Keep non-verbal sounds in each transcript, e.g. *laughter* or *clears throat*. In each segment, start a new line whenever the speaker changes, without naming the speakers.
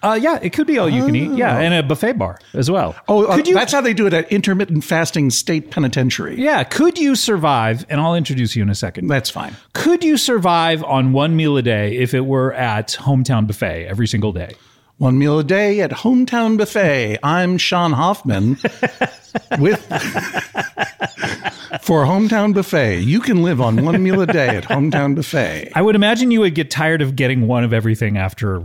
Uh, yeah, it could be all you can eat. Yeah, and a buffet bar as well.
Oh, uh,
could you?
that's how they do it at intermittent fasting state penitentiary.
yeah, could you survive? And I'll introduce you in a second.
That's fine.
Could you survive on one meal a day if it were at hometown buffet every single day?
One meal a day at Hometown Buffet. I'm Sean Hoffman
*laughs*
with for Hometown Buffet. You can live on one meal a day at Hometown Buffet.
I would imagine you would get tired of getting one of everything after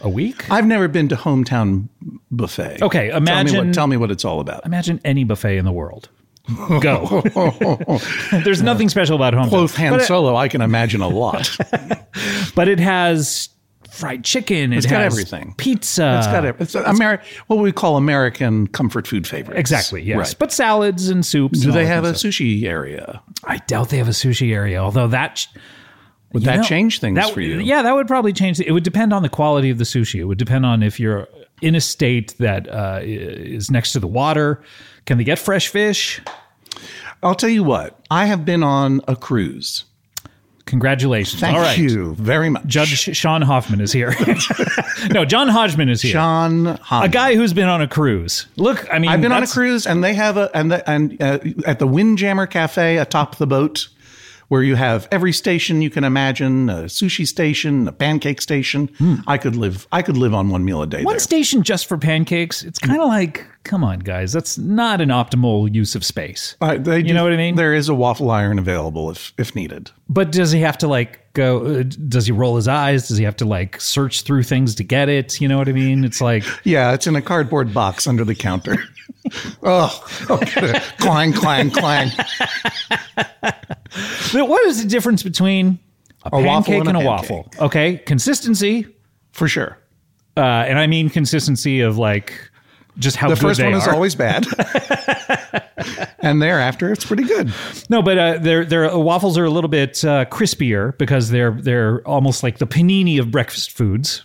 a week.
I've never been to Hometown Buffet.
Okay,
Tell me
imagine-
what, tell me what it's
*laughs*
all about.
Imagine any buffet in the world.
*laughs*
Go. There's nothing special about hometown.
Both Han
but, it,
Solo, I can imagine a lot. It's
but it has fried chicken. It's
got everything.
Pizza.
got it. Uh, It's Ameri- what we call American comfort food favorites.
Exactly. Yes.
Right.
But salads and soups.
do they have a sushi area?
I doubt they have a sushi area. Although that. sh-
Would
You
that
know,
change things
that-
for you?
Yeah, that would probably change. It would depend on the quality of the sushi. It would depend on if you're in a state that uh, is next to the water. Can they get fresh fish?
I'll tell you what. I have been on a cruise.
Congratulations.
Thank
All right.
you very much.
Judge Sean Hoffman is
*laughs*
here. *laughs* no, John Hodgman is here.
John Hahn.
a guy who's been on a cruise. Look, I mean,
I've been on a
that's-
cruise, and they have a and the, and uh, at the Windjammer Cafe atop the boat, where you have every station you can imagine: a sushi station, a pancake station.
Hmm.
I could live. I could live on one meal a day.
One
there.
station just for pancakes. It's kind of like, come on, guys, that's not an optimal use of space.
Uh, they do-
know what I mean?
There is a waffle iron available if if needed.
But does he have to like go? Uh, does he roll his eyes? Does he have to like search through things to get it? You know what I mean? It's like
Yeah, it's in a cardboard box under the counter. *laughs* oh, okay. clang, clang, clang.
but what is the difference between a,
waffle
pancake
and
and
a
a,
pancake.
waffle? Okay, consistency,
For sure.
uh, and I mean consistency of like just how
The
good
first
they
one
are.
is
*laughs*
always bad. and thereafter, it's pretty good.
no, but uh, their their waffles are a little bit uh, crispier because they're they're almost like the panini of breakfast foods.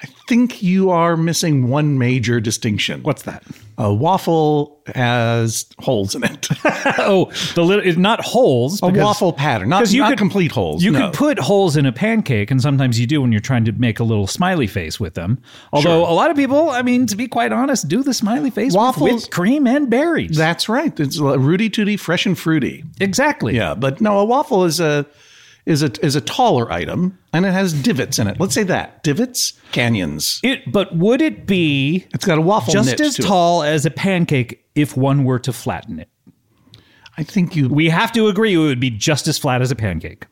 I think you are missing one major distinction.
What's that?
A waffle has holes
*laughs*
in it.
Oh, the little it's not holes.
a waffle pattern, not,
Because you
not
could-
complete holes.
You
no.
could put holes in a pancake, and sometimes you do when you're trying to make a little smiley face with them. Although a lot of people, I mean, to be quite honest, do the smiley face
Waffles-
with whipped cream and berries.
That's right. It's a rooty tooty, fresh and fruity.
exactly.
Yeah, but no, a waffle is a is a is a taller item, and it has divots in it. Let's say that divots, canyons.
It, but would it be
It's got a waffle
just
niche
as
to it.
tall as a pancake if one were to flatten it?
I think you.
We have to agree it would be just as flat as a pancake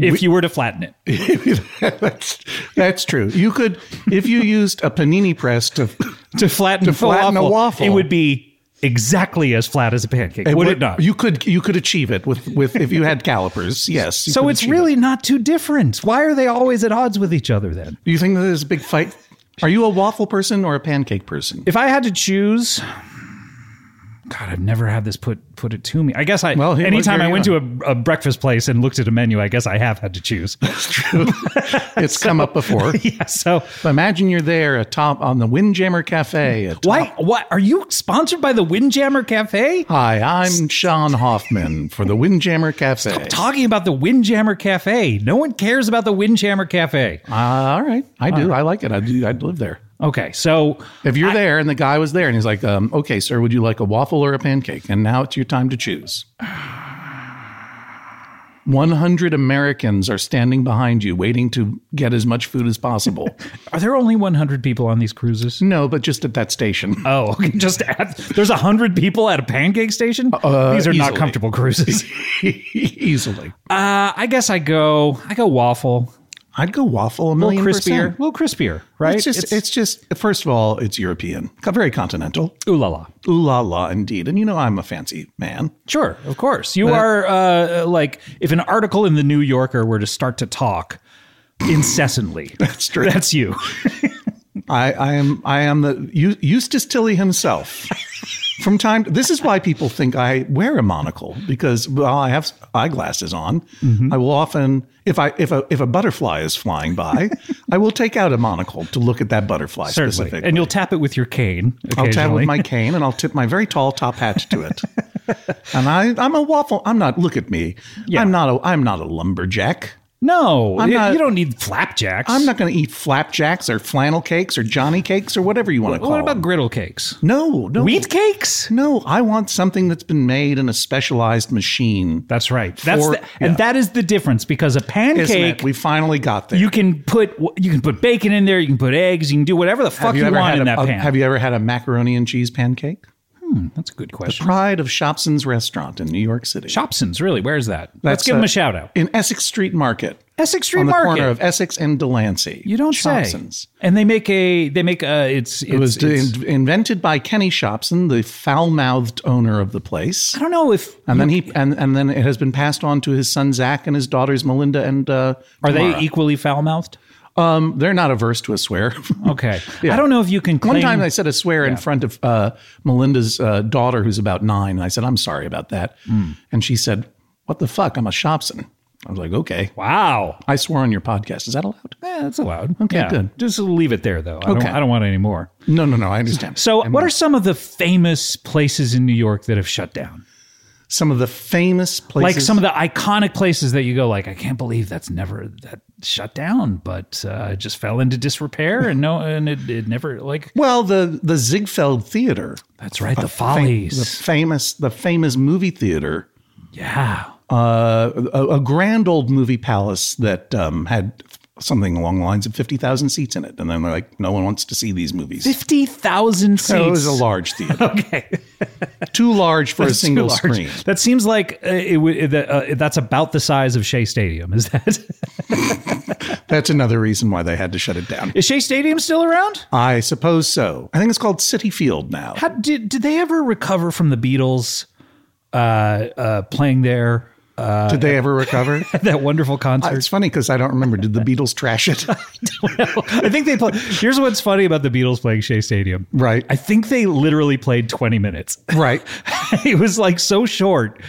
if you were to flatten it.
*laughs* that's, that's true. You could, if you used a panini press to,
To flatten, to
flatten a waffle.
it would be exactly as flat as a pancake. would it not?
You could, you could achieve it with with if you
*laughs*
had calipers. Yes. you
so
could
it's
achieve
really not too different. Why are they always at odds with each other then?
it. Do you think that there's a big fight?
*laughs*
Are you a waffle person or a pancake person?
If I had to choose, God, I've never had this put put it to me. I guess I
Well, here-
anytime
here
I
you
went to a, a breakfast place and looked at a menu, I guess I have had to choose. *laughs*
It's come up before.
yeah. So
But imagine you're there atop on the Windjammer Cafe. At
why? uh, What are you sponsored by the Windjammer Cafe?
Hi, I'm Sean Hoffman for the Windjammer Cafe.
Talking about the Windjammer Cafe. No one cares about the Windjammer Cafe.
Uh, all right, I
Ah.
do. I like it. I do. I'd live there.
Okay, so
If you're there and the guy was there and he's like, um, okay, sir, would you like a waffle or a pancake? And now it's your time to choose. *sighs* 100 Americans are standing behind you waiting to get as much food as *laughs* possible.
are there only 100 people on these cruises?
no, but just at that station.
*laughs* Oh, okay. Just at, there's 100 people at a pancake station? these are not
Uh, easily.
comfortable cruises.
*laughs* Easily.
Uh, I guess I go I go waffle.
I'd go waffle a
A
million
little crispier.
percent.
A little crispier, right?
It's just, it's, just, first of all, it's European, very continental.
ooh la la.
Ooh la la, indeed. And you know, I'm a fancy man. *laughs*
Sure, of course. You are uh, like if an article in the New Yorker were to start to talk incessantly.
That's true.
That's
*laughs*
you.
I, I am I am the Eu- Eustace Tilly himself.
*laughs*
From time, this is why people think I wear a monocle because while I have eyeglasses on,
Mm-hmm.
I will often, if I if a if a butterfly is
*laughs*
flying by, I will take out a monocle to look at that butterfly
Certainly.
specifically.
And you'll tap it with your cane.
I'll tap
occasionally.
with my cane and I'll tip my very tall top hat
*laughs*
to it. and I I'm a waffle. I'm not. Look at me. I'm not a I'm not a lumberjack.
No,
I'm
you,
not-
you don't need flapjacks.
I'm not going to eat flapjacks or flannel cakes or johnny cakes or whatever you want to call.
What about
them.
griddle cakes?
No, no.
Wheat cakes?
No, I want something that's been made in a specialized machine.
That's right. That's
For-
the, and that is the difference because a
Isn't it?
pancake
We finally got there.
you can put you can put bacon in there, you can put eggs, you can do whatever the fuck you, want
had
in
a,
that
a-
pan.
Have you ever had a macaroni and cheese pancake?
That's a good question.
Pride of Shopson's Restaurant in New York City.
Shopson's, really? Where's that? Let's
That's
give them a
a-
shout out.
in Essex Street Market.
Essex Street
on the
Market.
corner of Essex and Delancey.
you don't
Shopson's.
say. And they make a they make a it's it's,
It was
it's-
in- invented by Kenny Shopson, the foul-mouthed owner of the place.
I don't know if
And then he and, and then it has been passed on to his son Zach and his daughters Melinda and uh,
are they
Tamara.
equally foul mouthed.
um they're not averse to a swear. *laughs*
Okay,
Yeah.
I don't know if you can claim.
One time I said a swear in front of uh, Melinda's uh, daughter, who's about nine. And I said, I'm sorry about that. And she said, What the fuck? I'm a Shopson. I was like, Okay.
wow,
I swore on your podcast. Is that allowed?
Eh, that's allowed. Okay,
good.
Just leave it there though. I
Okay.
don't I don't want any more.
No, no, no. I understand.
So, what are some of the famous places in New York that have shut down?
some of the famous places.
Like some of the iconic places that you go, like I can't believe that's never that shut down, but uh, it just fell into disrepair and no, and it, it never like
Well, the, the Ziegfeld Theater.
that's right, the
fam-
Follies,
Oh, the famous, the famous movie theater.
yeah,
Uh, a, a grand old movie palace that um, had something along the lines of 50,000 seats in it. And then they're like, no one wants to see these movies.
fifty thousand seats.
So it was a large *laughs* theater.
okay,
Too large for a
It's too
single
large.
screen.
That seems like uh, it would. that, Uh, that's about the size of Shea Stadium. Is that *laughs*
That's another reason why they had to shut it down.
is Shea Stadium still around?
I suppose so. I think it's called City Field now.
How, did did they ever recover from the Beatles uh, uh, playing there?
Did they ever *laughs* recover?
That wonderful concert.
it's funny because I don't remember. Did *laughs* the Beatles trash it?
I think they play. Here's what's funny about the Beatles playing Shea Stadium.
Right.
I think they literally played 20 minutes. *laughs*
right.
it was like so short.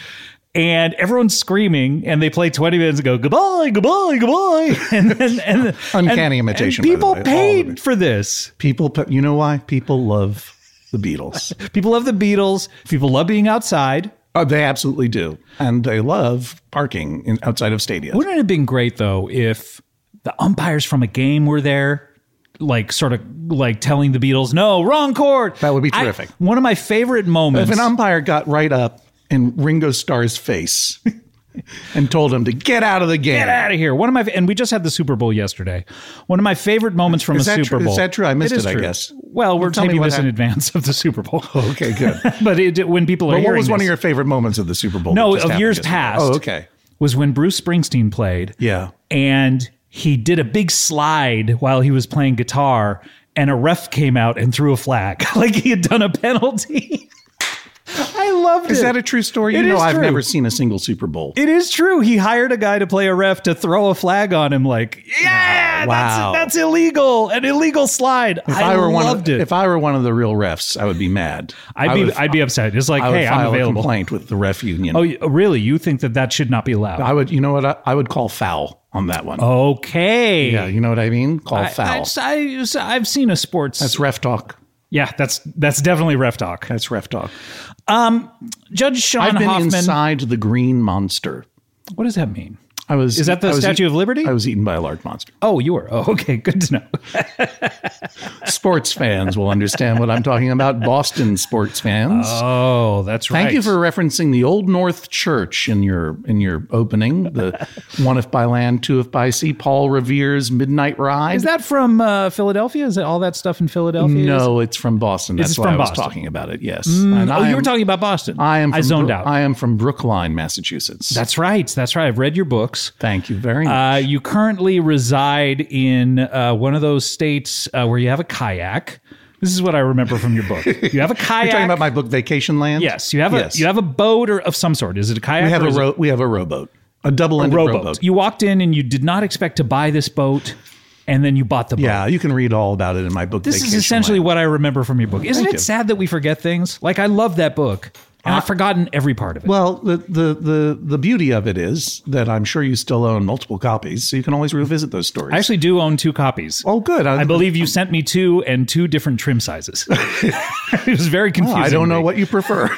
And everyone's screaming, and they play 20 minutes and go, goodbye, goodbye, goodbye. *laughs* And then, and, and-
Uncanny imitation,
and
by
people
the way, all of
paid
it.
for this.
People, put- you know why? People love the *laughs* Beatles.
People love the Beatles. People love being outside.
Oh, they absolutely do. And they love parking in, outside of stadiums.
Wouldn't it have been great, though, if the umpires from a game were there? Like sort of like telling the Beatles, no, wrong chord.
That would be
I-
terrific.
one of my favorite moments.
If an umpire got right up in Ringo Starr's *laughs* face and told him to get out of the game.
get out of here. One of my and we just had the Super Bowl yesterday. One of my favorite moments from
Is
a
that
Super
true? Is
Bowl.
that true? I missed
is
it, I
true.
guess.
Well, we're
Tell me
taping
what
this in
happened.
advance of the Super Bowl.
*laughs* Okay, good.
*laughs* but it, when people are
But
hearing
what was one of
this
your favorite moments of the Super Bowl?
No,
that just
of
happened
years
yesterday?
past.
Oh, okay.
was when Bruce Springsteen played.
Yeah.
and he did a big slide while he was playing guitar, *laughs* and a ref came out and threw a flag like he had done a penalty. *laughs* I loved it.
Is that a true story?
It
you know,
is
I've
true.
never seen a single Super Bowl.
It is true. He hired a guy to play a ref to throw a flag on him. Like, yeah,
Wow.
that's that's illegal. An illegal slide.
if
I,
I, were one
loved
of,
it.
if I were one of the real refs, I would be mad.
I'd
I
be
would-
I'd be upset. It's like,
I would
hey, I'm
file a
available.
complaint with the ref union.
Oh, you- really? You think that that should not be allowed?
I would. You know what? I, I would call foul on that one.
okay.
Yeah, you know what I mean. Call
Oh, I,
foul.
I, I, have seen a sports.
That's ref talk.
yeah, that's that's definitely ref talk.
That's ref talk.
Judge Sean
I've been
Hoffman.
inside the green monster.
What does that mean?
I was.
Is that the
I was
Statue of Liberty?
I was eaten by a large monster.
Oh, you were. Oh, *laughs* okay. Good to know.
Sports fans will understand what I'm talking about. Boston sports fans.
Oh, that's
Thank
right.
you for referencing the Old North Church in your in your opening.
*laughs*
The one if by land, two if by sea. Paul Revere's Midnight Ride.
Is that from uh, Philadelphia? Is it all that stuff in Philadelphia?
no? It's from Boston. That's
it's
why
from
I was
Boston.
talking about it. Yes.
Oh, you were talking about Boston.
I am. From
I zoned
Brook-
out.
I am from Brookline, Massachusetts.
that's right. That's right. I've read your books.
Thank you very much.
Uh, you currently reside in uh, one of those states uh, where you have a kayak. This is what I remember from your book. You have a kayak.
*laughs* You're talking about my book, Vacation Land.
yes, you have a
Yes.
you have a boat or of some sort. Is it a kayak?
we have
or
a
is it
ro- we have a rowboat, a double-ended
rowboat?
rowboat.
You walked in and you did not expect to buy this boat, and then you bought the boat.
yeah, you can read all about it in my book.
This is
Vacation
essentially
Land.
what I remember from your book. Isn't
Thank
it
you. Uh,
sad that we forget things? Like I love that book, and I've forgotten every part of it.
Well, the, the the the beauty of it is that I'm sure you still own multiple copies, so you can always revisit those stories.
I actually do own two copies.
oh, good.
I believe you sent me two and two different trim
*laughs*
sizes. *laughs* it was very confusing.
Oh, I don't
to
know
me.
what you prefer.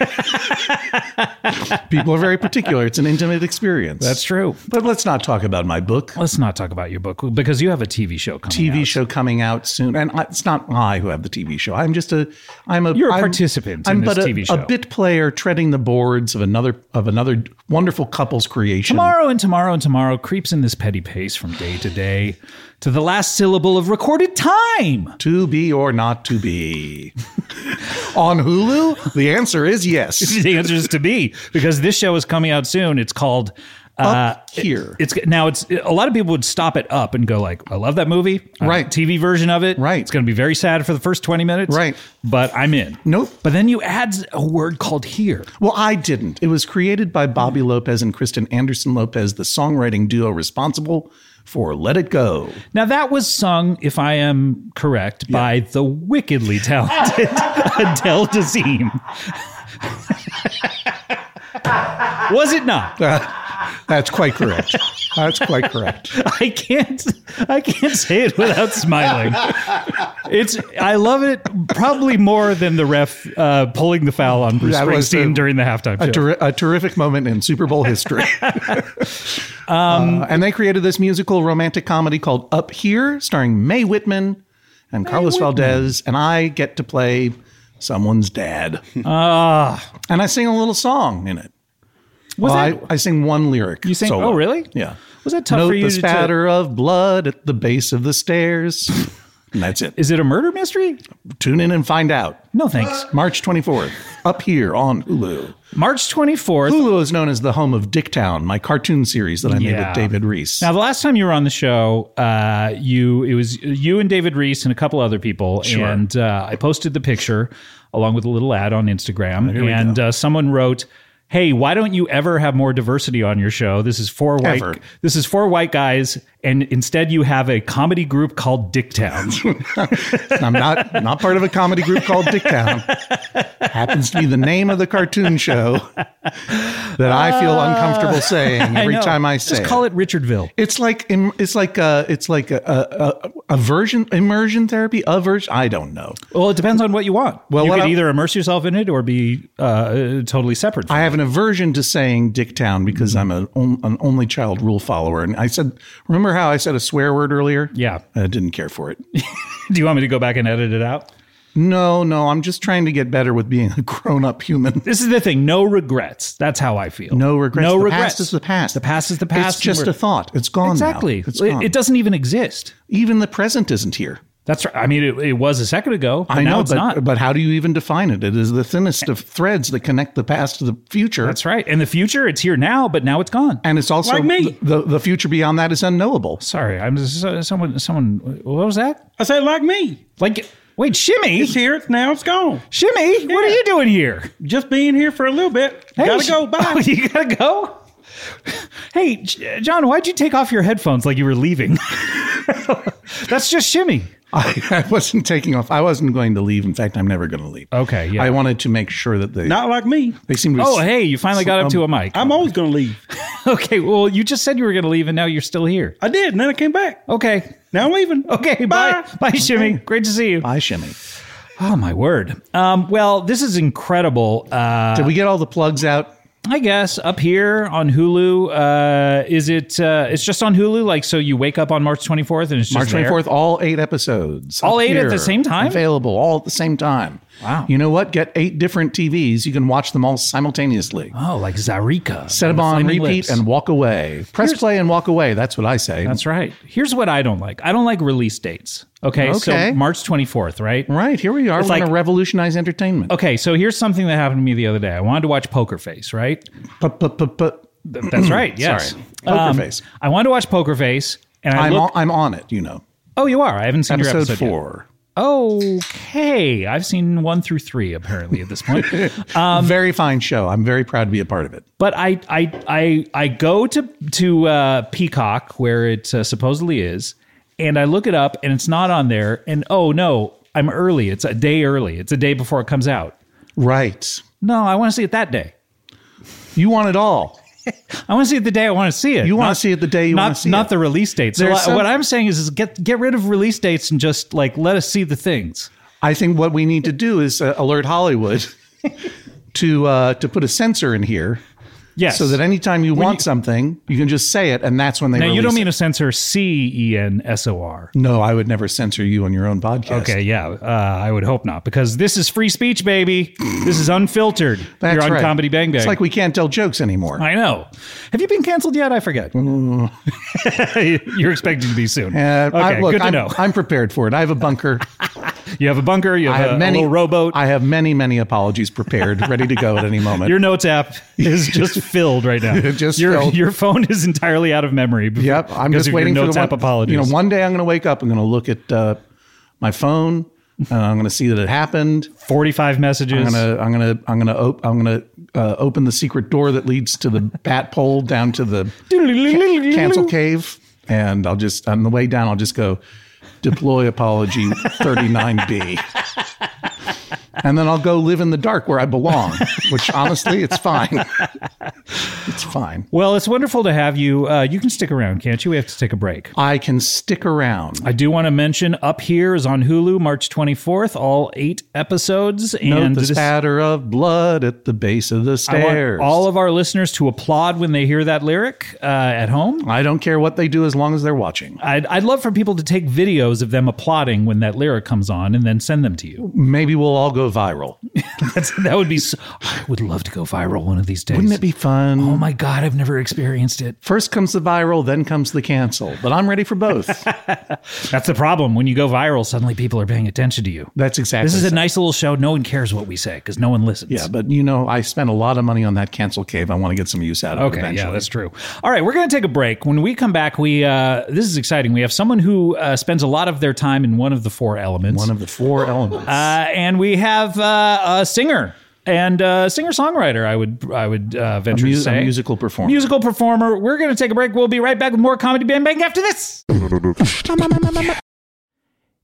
*laughs* People are very particular. It's an intimate experience.
That's true. Oh,
But let's not talk about my book.
Let's not talk about your book because you have a TV show coming
TV
out.
show coming out soon, and I- it's not I who have the TV show. I'm just a, I'm a,
You're a
I'm-
participant in
I'm
this
but a,
TV show.
a bit player treading the boards of another of another wonderful couple's creation.
Tomorrow and tomorrow and tomorrow creeps in this petty pace from day to day to the last syllable of recorded time. *laughs*
To be or not to be. On Hulu, the answer is yes.
The answer is to be because this show is coming out soon. It's called
Up here,
It's now it's a lot of people would stop it up and go like, I love that movie. I want
Right.
a TV version of it.
Right.
It's going to be very sad for the first 20 minutes.
Right.
But I'm in.
Nope.
But then you add a word called here.
Well, I didn't. It was created by Bobby Lopez and Kristen Anderson Lopez, the songwriting duo responsible for "Let It Go."
Now that was sung, if I am correct, by the wickedly
*laughs*
talented Adele Dazeem. was it
*laughs*
not?
That's quite correct. That's quite correct.
I can't I can't say it without smiling. It's I love it probably more than the ref uh, pulling the foul on Bruce
That was
Springsteen
a-
during the halftime
a,
show.
ter- a terrific moment in Super
*laughs*
Bowl history.
Um,
Uh, and they created this musical romantic comedy called Up Here, starring Mae Whitman and Carlos Valdez, and I get to play someone's dad. and I sing a little song in it.
Ah. was
Well,
that
I, I sing one lyric.
you saying?
solo.
Oh, really?
Yeah.
Was that tough
Note
for you
the
to-
spatter of blood at the base of
*laughs*
the stairs. and that's it.
Is it a murder mystery?
Tune in and find out.
No, thanks.
March 24th, up here on Hulu.
March twenty fourth.
Hulu is known as the home of Dicktown, my cartoon series that I made
Yeah.
with David Reese.
Now, the last time you were on the show, uh, you it was you and David Reese and a couple other people, and uh, I posted the picture along with a little ad on Instagram,
we
and uh, someone wrote. Hey, why don't you ever have more diversity on your show? This is four white.
Ever.
This is four white guys, and instead you have a comedy group called Dicktown.
I'm
*laughs*
not not part of a comedy group called Dicktown. Happens to be the name of the cartoon show that I feel uncomfortable
*laughs*
saying *laughs* every
Uh, know.
time I say
Just call
it.
it Richardville.
It's like im- it's like uh it's like a, a, a aversion immersion therapy aversion. I don't know.
Well, it depends on what you want.
Well,
you
what
could
I-
either immerse yourself in it or be uh, totally separate. From
I have an aversion to saying Dicktown because
Mm-hmm.
I'm a, on- an only child rule follower. And I said, remember how I said a swear word earlier?
Yeah. *laughs*
I didn't care for it.
it. Do you want me to go back and edit it out?
No, no, I'm just trying to get better with being a grown up human.
This is the thing. No regrets. That's how I feel.
*laughs* No regrets.
No
the
regrets.
past is the past.
The past is the past.
It's just
and
a
we're-
thought. It's gone. now.
Exactly.
It's
It-
gone.
It, doesn't even exist.
Even the present isn't here.
That's right. I mean, it, it was a second ago. But
I
now
know,
it's
but
not.
but how do you even define it? It is the thinnest of threads that connect the past to the future.
That's right. In the future, it's here now, but now it's gone.
And it's also
Like me.
The, the future beyond that is unknowable. *laughs*
Sorry, I'm just, so- someone. Someone. uh, What was that?
I said, like me.
Like Wait, Shimmy,
It's here. It's now. It's gone.
Shimmy, what are
Yeah.
you doing here?
Just being here for a little bit.
Hey,
Gotta
Sh- *laughs*
go. Bye.
Oh, you gotta go. Hey, J- John, why'd you take off your headphones like you were leaving? *laughs* That's just Shimmy.
I, I wasn't taking off. I wasn't going to leave. In fact, I'm never going to leave.
Okay, yeah.
I wanted to make sure that they
Not like me.
they seem to.
Oh, hey, you finally got up to a
um,
mic.
I'm always gonna leave.
okay, well, you just said you were gonna leave, and now you're still here.
I did, and then I came back.
*laughs*
Okay.
Now I'm leaving.
Okay, bye. Bye, Shimmy. Great to see you.
Bye, Shimmy.
Oh, my word. Um, well, this is incredible. Uh,
Did we get all the plugs out?
I guess up here on Hulu, uh, is it? Uh, it's just on Hulu. Like, so you wake up on March 24th, and it's just
March
there?
24th, all eight episodes.
All
up
eight at the
here,
same time?
Available all at the same time.
Wow.
You know what? Get eight different TVs. You can watch them all simultaneously.
Oh, like Zarika.
Set them on
Flaming
repeat
Lips.
and walk away. Press play and walk away. That's what I say.
That's right. Here's what I don't like. I don't like release dates. Okay, so
Okay.
March 24th, right?
right. Here we are. We're
like-
going to revolutionize entertainment.
Okay, so here's something that happened to me the other day. I wanted to watch Poker Face, right?
P-p-p-p-
Th- That's right. Yes.
Hmm. Sorry. Poker
Um,
Face.
I wanted to watch Poker Face, and I
I'm,
looked.
on, I'm on it, you know.
oh, you are. I haven't seen your
Episode,
episode yet.
four.
Okay, I've seen one through three apparently at this
*laughs*
point. Um,
very fine show. I'm very proud to be a part of it.
But I I I I go to to uh, Peacock where it uh, supposedly is, and I look it up, and it's not on there. And oh no, I'm early. It's a day early. It's a day before it comes out.
Right.
No, I want to see it that day.
You want it all.
I want to see it the day I want to see it.
You want
Not-
to see it the day you want
Not,
to see
not
it.
the release date. So
There's
I-
some-
what I'm saying is, is get get rid of release dates and just like let us see the things.
I think what we need to do is uh,
*laughs*
alert Hollywood to uh, to put a sensor in here
Yes.
so that anytime you want something, you can just say it, and that's when they.
now you
release
don't
it.
mean to censor C E N S O R.
No, I would never censor you on your own podcast.
Okay, yeah, uh, I would hope not because this is free speech,
*clears throat*
baby. this is unfiltered.
that's
You're on
right.
Comedy Bang Bang.
It's like we can't tell jokes anymore.
I know. Have you been canceled yet? I
*laughs*
forget. You're expecting to be soon.
Uh,
okay,
I, look,
good to
I'm,
know.
I'm prepared for it. I have
*laughs*
a bunker.
you have a bunker. You
I
have,
have
a,
many
little rowboat.
I have many, many apologies prepared, ready to go at
*laughs*
any moment.
Your notes app is just
*laughs*
filled right now.
Just
your
filled.
your phone is entirely out of memory. bef-
Yep, I'm
because
just
of
waiting
your
for
notes
the one,
app apologies.
You know, one day I'm going to wake up. I'm going to look at uh, my phone. And I'm going to see that it happened.
forty five
I'm
messages.
gonna, I'm gonna, I'm gonna, op- I'm gonna uh, open the secret door that leads to the
*laughs*
bat pole down to the ca- cancel cave, and I'll just on the way down, I'll just go deploy apology 39B, and then I'll go live in the dark where I belong. Which honestly, it's fine. it's fine.
Well, it's wonderful to have you. Uh, you can stick around, can't you? We have to take a break.
I can stick around.
I do want to mention Up Here is on Hulu March 24th, all eight episodes.
Note
and
the
this-
spatter of blood at the base of the
I want
stairs.
all of our listeners to applaud when they hear that lyric uh, at home.
I don't care what they do as long as they're watching.
I'd, I'd love for people to take videos of them applauding when that lyric comes on and then send them to you.
Maybe we'll all go viral.
*laughs* That's, that would be, so, I would love to go viral one of these days.
Wouldn't it be fun?
oh my God, I've never experienced it.
First comes the viral, then comes the cancel. But I'm ready for both.
That's the problem. When you go viral, suddenly people are paying attention to you.
*laughs* That's exactly.
This is a
so.
nice little show. No one cares what we say because no one listens.
Yeah, but you know, I spent a lot of money on that cancel cave. I want to get some use out of
Okay,
it eventually.
yeah, that's true. All right, we're going to take a break. When we come back, we uh, this is exciting. We have someone who uh, spends a lot of their time in one of the four elements,
One of the four elements.
uh, and we have uh, a singer and uh, singer songwriter. I would I would uh, venture
Mu-
to say
a musical performance.
musical performer. We're going to take a break. We'll be right back with more comedy bang bang after this.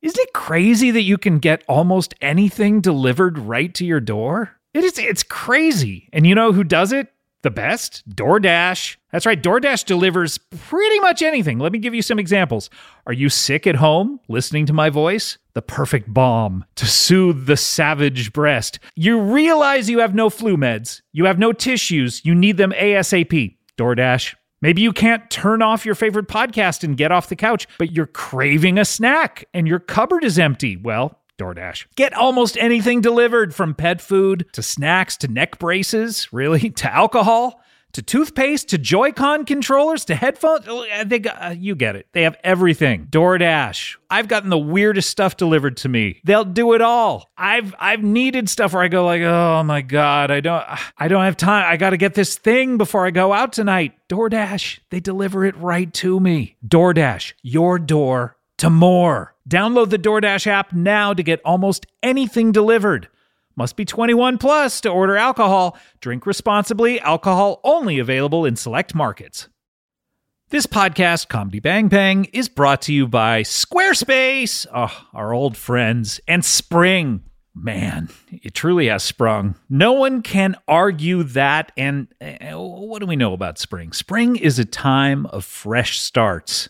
Isn't it crazy that you can get almost anything delivered right to your door? It is it's crazy. And you know who does it? The best? DoorDash. That's right, DoorDash delivers pretty much anything. Let me give you some examples. Are you sick at home listening to my voice? The perfect balm to soothe the savage breast. You realize you have no flu meds, you have no tissues, you need them ASAP. DoorDash. Maybe you can't turn off your favorite podcast and get off the couch, but you're craving a snack and your cupboard is empty. Well, DoorDash. Get almost anything delivered from pet food to snacks to neck braces, really, *laughs* to alcohol to toothpaste to Joy-Con controllers to headphones. Oh, uh, They got, uh, you get it. They have everything. DoorDash. I've gotten the weirdest stuff delivered to me. They'll do it all. I've I've needed stuff where I go like, oh my god, I don't I don't have time. I got to get this thing before I go out tonight. DoorDash. They deliver it right to me. DoorDash. Your door
to more. Download the DoorDash app now to get almost anything delivered. Must be 21 plus to order alcohol. Drink responsibly. Alcohol only available in select markets. This podcast, Comedy Bang Bang, is brought to you by Squarespace, oh, our old friends, and Spring. Man, it truly has sprung. No one can argue that. And eh, what do we know about spring? Spring is a time of fresh starts.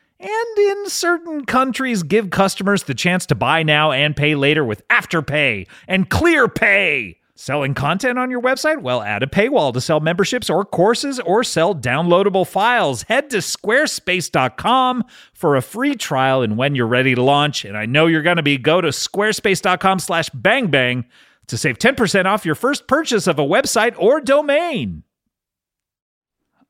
and in certain countries, give customers the chance to buy now and pay later with Afterpay and ClearPay. Selling content on your website? Well, add a paywall to sell memberships or courses or sell downloadable files. Head to squarespace.com for a free trial and when you're ready to launch, and I know you're going to be, go to squarespace.com slash bangbang to save 10% off your first purchase of a website or domain.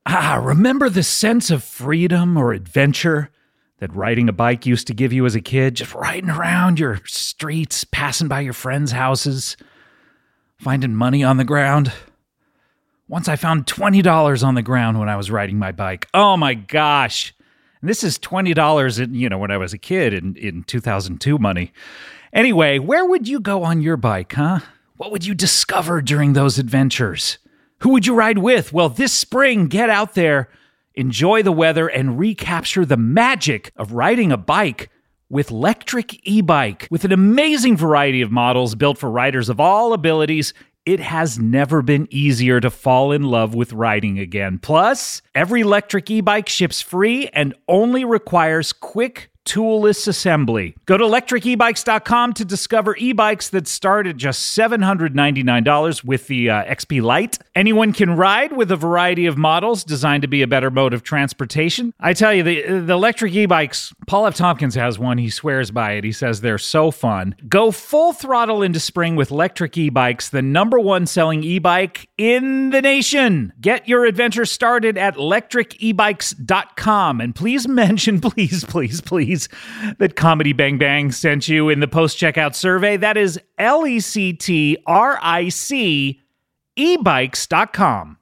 Ah, remember the sense of freedom or adventure that riding a bike used to give you as a kid? Just riding around your streets, passing by your friends' houses finding money on the ground. Once I found $20 on the ground when I was riding my bike. Oh my gosh. And this is $20 in, you know, when I was a kid in, in 2002 money. Anyway, where would you go on your bike, huh? What would you discover during those adventures? Who would you ride with? Well, this spring, get out there, enjoy the weather, and recapture the magic of riding a bike with Electric E-Bike. With an amazing variety of models built for riders of all abilities, it has never been easier to fall in love with riding again. Plus, every electric e-bike ships free and only requires quick toolless assembly. Go to electricebikes.com to discover e-bikes that start at just $799 with the uh, XP Lite. Anyone can ride with a variety of models designed to be a better mode of transportation. I tell you, the, the electric e-bikes, Paul F. Tompkins has one. He swears by it. He says they're so fun. Go full throttle into spring with electric e-bikes, the number one selling e-bike in the nation. Get your adventure started at electricebikes.com and please *laughs* mention, please, please, please, that Comedy Bang Bang sent you in the post checkout survey. That is L E C T R I C E ebikes.com.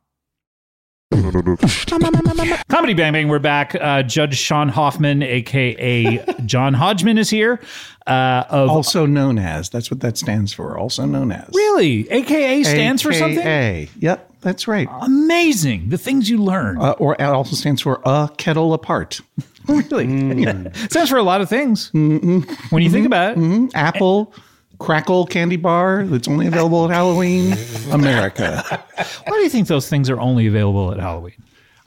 Comedy Bang Bang, we're back. Uh, Judge Sean Hoffman, aka
*laughs*
John Hodgman, is here. Uh, of
Also known as. That's what that stands for. Also known as.
really, aka stands for something
AKA. Yep, that's right.
amazing. The things you learn
Uh, or it also stands for a kettle apart.
*laughs* really
Hmm.
it stands for a lot of things.
Mm-hmm.
When you think about it,
Apple crackle candy bar that's only available at
*laughs*
Halloween, America.
why do you think those things are only available at Halloween?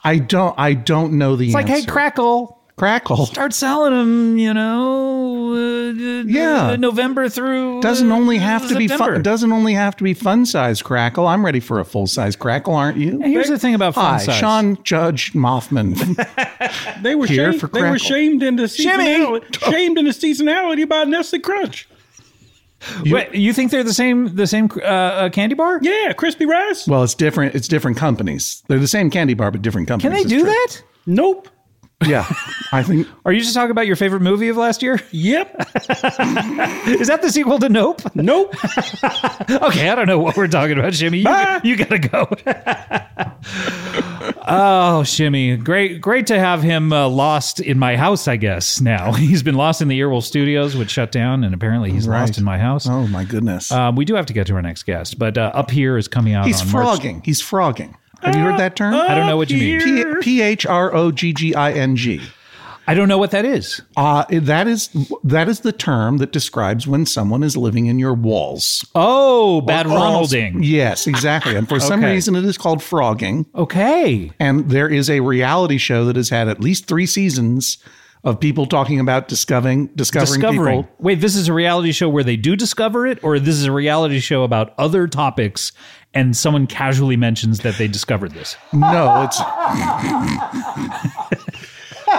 I don't. I don't know the
It's like, hey,
answer.
crackle.
crackle
Start selling them, you know. Uh,
Yeah.
uh, November through
doesn't
uh,
only have to be
September.
fun. Doesn't only have to be fun size crackle. I'm ready for a full size crackle, aren't you?
And here's the thing about fun
Hi,
size.
Sean Judge Mothman. *laughs*
They were
Here
shamed.
for
They were
crackle.
shamed into seasonality. Shamed into seasonality by Nestle Crunch.
you, Wait, you think they're the same? The same uh, uh, candy bar?
Yeah, crispy rice.
well, it's different. It's different companies. They're the same candy bar, but different companies.
Can they
It's
do
true.
that?
Nope.
Yeah, I think
*laughs* Are you just talking about your favorite movie of last year?
Yep.
Is that the sequel to
*laughs*
Nope?
*laughs*
nope.
Okay, I don't know what we're talking about, Shimmy. You,
Ah.
Bye.
you gotta go. *laughs* oh, Shimmy, great, great to have him uh, lost in my house. I guess now *laughs* he's been lost in the Earwolf Studios, which shut down, and apparently he's lost
Right.
in my house.
Oh my goodness.
Um, we do have to get to our next guest, but uh, up here is coming out.
He's
on March.
frogging. He's frogging. Have you heard that term?
I don't know what you mean.
Here.
P H R O G G I N G.
I don't know what that is.
Uh, that is that is the term that describes when someone is living in your walls.
Oh, bad Ronalding.
Yes, exactly. And for some
Okay.
reason, it is called frogging.
Okay.
And there is a reality show that has had at least three seasons of people talking about discovering discovering,
Discovering.
people.
Wait, this is a reality show where they do discover it, or this is a reality show about other topics and someone casually mentions that they discovered
*laughs*
this.
No, it's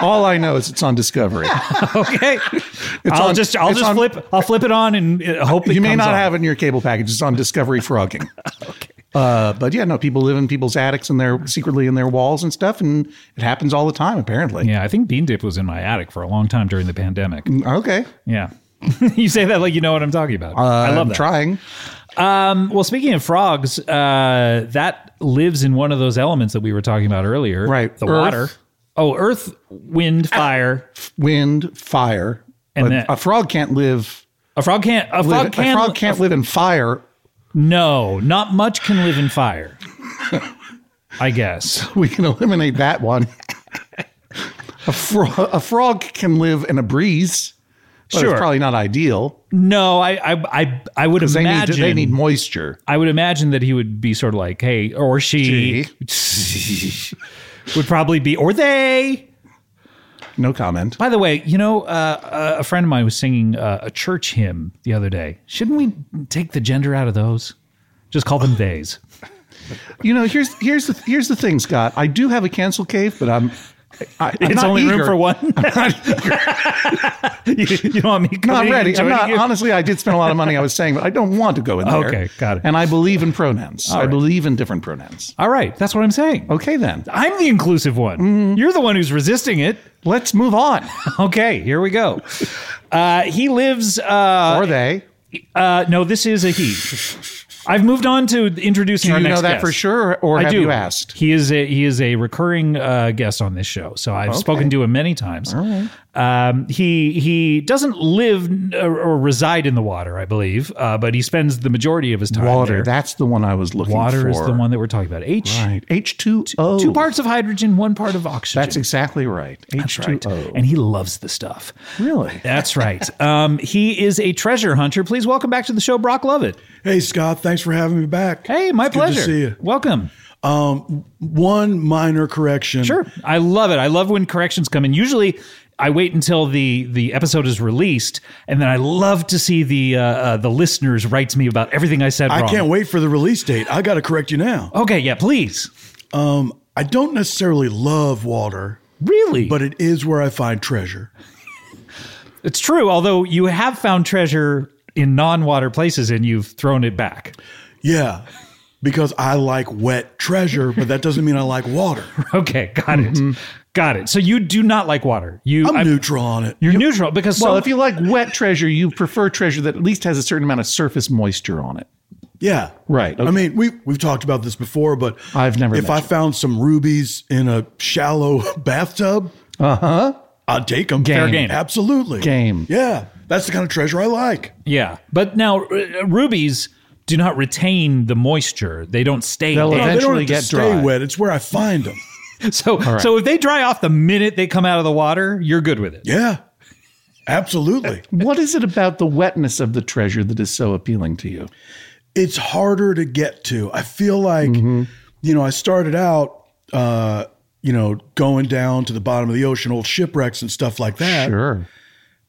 all I know is it's on Discovery.
Okay. I'll
on-
just I'll
it's
just
on-
flip I'll flip it on and uh, hope *laughs* it
you may
comes
not
on.
have it in your cable package. It's on
*laughs*
Discovery Frogging. Uh, but yeah, no, people live in people's attics and they're secretly in their walls and stuff, and it happens all the time, apparently.
Yeah, I think Bean Dip was in my attic for a long time during the pandemic.
Mm. Okay. Uh,
Yeah. *laughs* you say that like you know what I'm talking about. I love
I'm
that.
trying.
Um, well, speaking of frogs, uh, that lives in one of those elements that we were talking about earlier.
Right.
The
Earth.
water. Oh, earth, wind, fire.
Wind, fire.
And
but
that-
a frog can't live.
A frog can't. A
live-
frog can.
a frog can't live in fire.
No, not much can live in fire. I guess.
*laughs* We can eliminate that one. a, fro- a frog can live in a breeze, but
Sure.
it's probably not ideal.
No, I, I, I, I would
They need,
imagine.
they need moisture.
I would imagine that he would be sort of like, hey, or she *laughs* would probably be, or they.
No comment.
By the way, you know, uh, a friend of mine was singing uh, a church hymn the other day. Shouldn't we take the gender out of those? Just call them
*laughs*
theys.
You know, here's here's the here's the thing, Scott. I do have a cancel cave, but I'm. I, I'm
It's
not
only room
eager.
for one. *laughs*
*laughs*
you, *laughs* you want me? coming
I'm not
and
ready. I'm
joining
not.
you?
Honestly, I did spend a lot of money. I was saying, but I don't want to go in there.
Okay, got it.
And I believe in pronouns. I
right.
believe in different pronouns.
All right, that's what I'm saying.
Okay, then
I'm the inclusive one.
Mm-hmm.
You're the one who's resisting it.
let's
*laughs*
move on.
Okay, here we go. Uh, he lives. Uh,
Or they?
uh, no, this is a he. I've moved on to introducing.
Do
our
you
next
know that
guest.
for sure, or
I
have
do.
you asked?
He is a he is a recurring uh, guest on this show, so I've spoken to him many times. Um, he he doesn't live n- or, or reside in the water, I believe, uh, but he spends the majority of his time
Water.
there.
That's the one I was looking
water
for.
is the one that we're talking about. H
Right. H two O.
two parts of hydrogen, one part of oxygen.
That's exactly right. H two
right.
O.
And he loves the stuff.
Really?
That's right. um, he is a treasure hunter. Please welcome back to the show, Brock Lovett.
Hey Scott, thanks for having me back.
Hey, my
It's
pleasure.
Good to see you.
Welcome.
One minor correction.
Sure. I love it. I love when corrections come in. Usually I wait until the the episode is released and then I love to see the uh, uh, the listeners write to me about everything I said
I
wrong.
can't wait for the release date. I got to correct you now.
Okay, yeah, please.
I don't necessarily love water,
Really?
but it is where I find treasure.
it's true, although you have found treasure in non-water places and you've thrown it back. *laughs*
Yeah. Because I like wet treasure, but that doesn't mean I
*laughs*
like water.
Okay, got it. Got it. So you do not like water. You
Mm-hmm. I'm
I-
neutral on it.
You're neutral because
Well,
so,
if you like wet treasure, you prefer treasure that at least has a certain amount of surface moisture on it.
Yeah.
Right,
I
okay.
mean, we we've talked about this before, but
I've never
If I
mentioned.
found some rubies in a shallow *laughs* bathtub, uh-huh, I'd take them.
Fair game.
Absolutely.
Game.
Yeah. That's the kind of treasure I like.
yeah, but now uh, rubies do not retain the moisture. They don't stay.
They'll
in.
No, they don't
eventually
have to
get
stay
dry.
wet. It's where I find them.
So so if they dry off the minute they come out of the water, you're good with it.
Yeah, absolutely.
What is it about the wetness of the treasure that is so appealing to you?
it's harder to get to. I feel like,
Mm-hmm.
you know, I started out, uh, you know, going down to the bottom of the ocean, old shipwrecks and stuff like
Uh,
that.
*laughs*
Sure.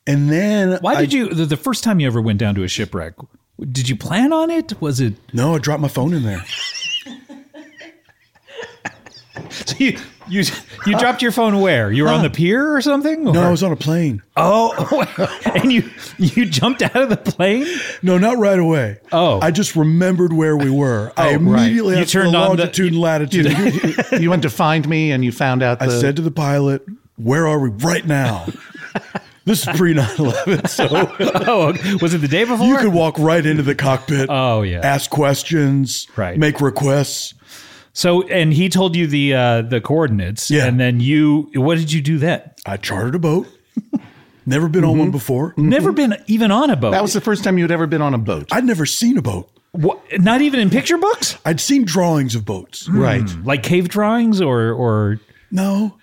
And then
Why
I-
did you the, the first time you ever went down to a shipwreck? Did you plan on it? Was it *laughs*
No, I dropped my phone in there.
so you you, you dropped your phone where? You were on the pier or something?
No, I
Or-
was on a plane.
oh, *laughs* and you you jumped out of the plane? *laughs*
No, not right away.
Oh.
I just remembered where
*laughs*
we were. I immediately
You
asked for the
turned on the-
longitude
*laughs*
and latitude.
you went to find me and you found out
I
the,
said to the pilot, "Where are we
*laughs*
right now?" this is pre 9/11, so
Oh, okay. was it the day before?
you could walk right into the cockpit.
Oh, yeah.
ask questions,
Right.
Make requests.
so and he told you the uh the coordinates
Yeah.
and then you what did you do then?
I chartered a boat. Never been
Mm-hmm.
on one before.
Never been even on a boat.
that was the first time you had ever been on a boat.
I'd never seen a boat.
What- not even in picture books?
I'd seen drawings of boats.
Hmm.
right.
Like cave drawings or or
No.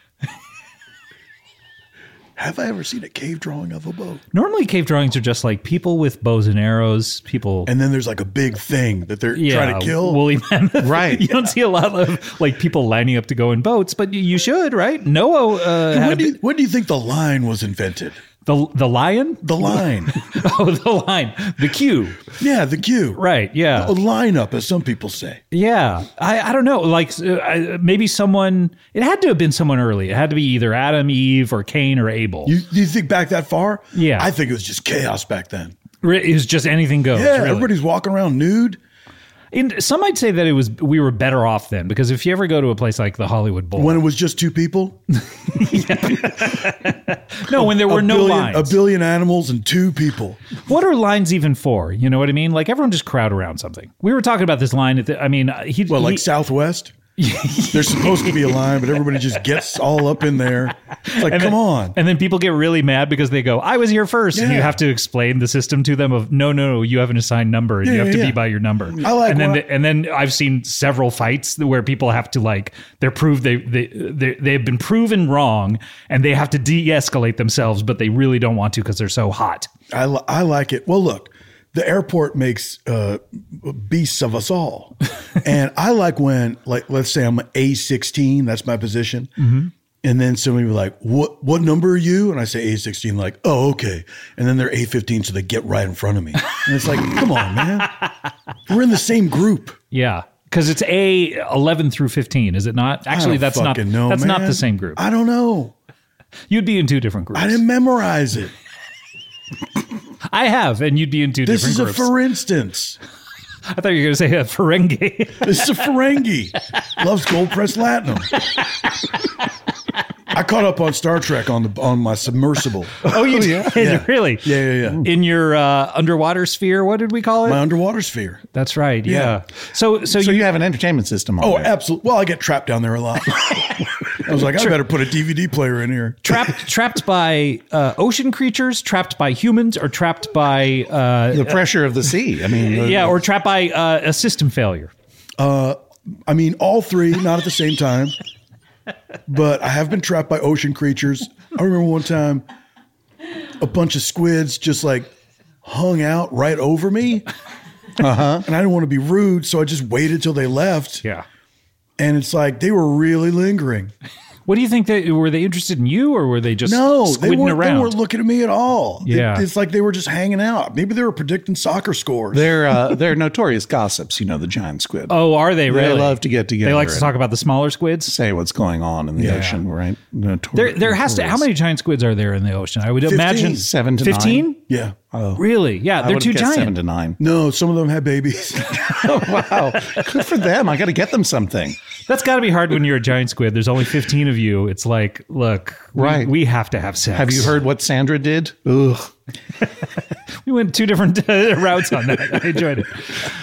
Have I ever seen a cave drawing of a boat?
Normally, cave drawings are just like people with bows and arrows, people.
And then there's like a big thing that they're trying to kill.
woolly mammoth. *laughs*
Right.
you don't see a lot of like people lining up to go in boats, but you, you should, right? Noah uh, *laughs* had a
when, do
bit-
you, when do you think the line was invented?
the the lion. *laughs*
The line.
Oh, the line, the queue.
yeah, the queue.
Right. Yeah.
A lineup, as some people say.
Yeah, I, I don't know. Like uh, I- maybe someone. It had to have been someone early. It had to be either Adam, Eve, or Cain or Abel.
You, you think back that far?
Yeah.
I think it was just chaos back then.
Re- it was just anything goes.
Yeah,
really.
everybody's walking around nude.
And some might say that it was we were better off then because if you ever go to a place like the Hollywood Bowl,
When it was just two people,
no, when there were
a
no
billion,
lines.
a billion animals and two people.
what are lines even for? You know what I mean? Like everyone just crowd around something. We were talking about this line. At the, I mean, uh, he
Well, like
he- *laughs*
Southwest. There's supposed to be a line, but everybody just gets all up in there. It's like,
and *laughs*
come
then-
on.
And then people get really mad because they go, "I was here first. and you
Yeah.
have to explain the system to them of, "No, no, no, you have an assigned number. and you
Yeah,
have to
yeah,
be
yeah.
by your number."
I like
and then
what-
the- and then I've seen several fights where people have to like they're proved they they they they've been proven wrong and they have to de-escalate themselves, but they really don't want to because they're so hot.
I, li- I like it. Well, look, the airport makes uh, beasts of
*laughs*
us all. and I like when, like, let's say I'm A16, that's my position.
Mm-hmm.
And then somebody will be like, what, what number are you? And I say A16, like, oh, okay. And then they're A15, so they get right in front of me. And it's like, come on, man. We're in the same group.
Yeah. Because it's A eleven through fifteen, is it not?
I
Actually,
don't
that's not
fucking know,
that's not
man.
the same group.
I don't know.
You'd be in two different groups.
I didn't memorize it.
I have, and you'd be in two
This
different
is a
groups.
for instance.
I thought you were going to say a Ferengi. *laughs*
This is a Ferengi. Loves gold pressed latinum. I caught up on Star Trek on the on my submersible.
*laughs* Oh, you did?
Yeah.
Really?
Yeah, yeah, yeah.
In your uh, underwater sphere, what did we call it?
My underwater sphere.
That's right. Yeah.
Yeah.
So, so,
So
you,
you have an entertainment system.
Oh,
already.
absolutely. Well, I get trapped down there a lot. *laughs* I was like, I better put a DVD player in here.
*laughs* trapped, trapped by uh, ocean creatures, trapped by humans, or trapped by uh,
the pressure of the sea. I mean, the-
yeah, or trapped by uh, a system failure.
I mean, all three, not at the same time. But I have been trapped by ocean creatures. I remember one time a bunch of squids just like hung out right over me. And I didn't want to be rude, so I just waited till they left.
Yeah.
And it's like they were really lingering.
What do you think? They, were they interested in you, or were they just
No, they
squidding
weren't,
around?
they weren't looking at me at all. They-
Yeah.
it's like they were just hanging out. Maybe they were predicting soccer scores.
they're uh, they're notorious gossips. You know, the giant squid.
oh, are they really?
They love to get together.
They like to
and
talk about the smaller squids.
Say what's going on in the ocean, right? Notor-
There, there has to. How
notorious.
many giant squids are there in the ocean? I would imagine
Seven to nine.
fifteen.
yeah.
Really? Yeah,
I
they're
would've
too
guessed
giant.
Seven to nine.
No, some of them had babies.
wow, good for them. I got to get them something.
That's got to be hard when you're a giant squid. There's only 15 of you. It's like, look, we-
Right.
We, have to have sex.
Have you heard what Sandra did? Ugh.
We went two different *laughs* uh, routes on that. I enjoyed it.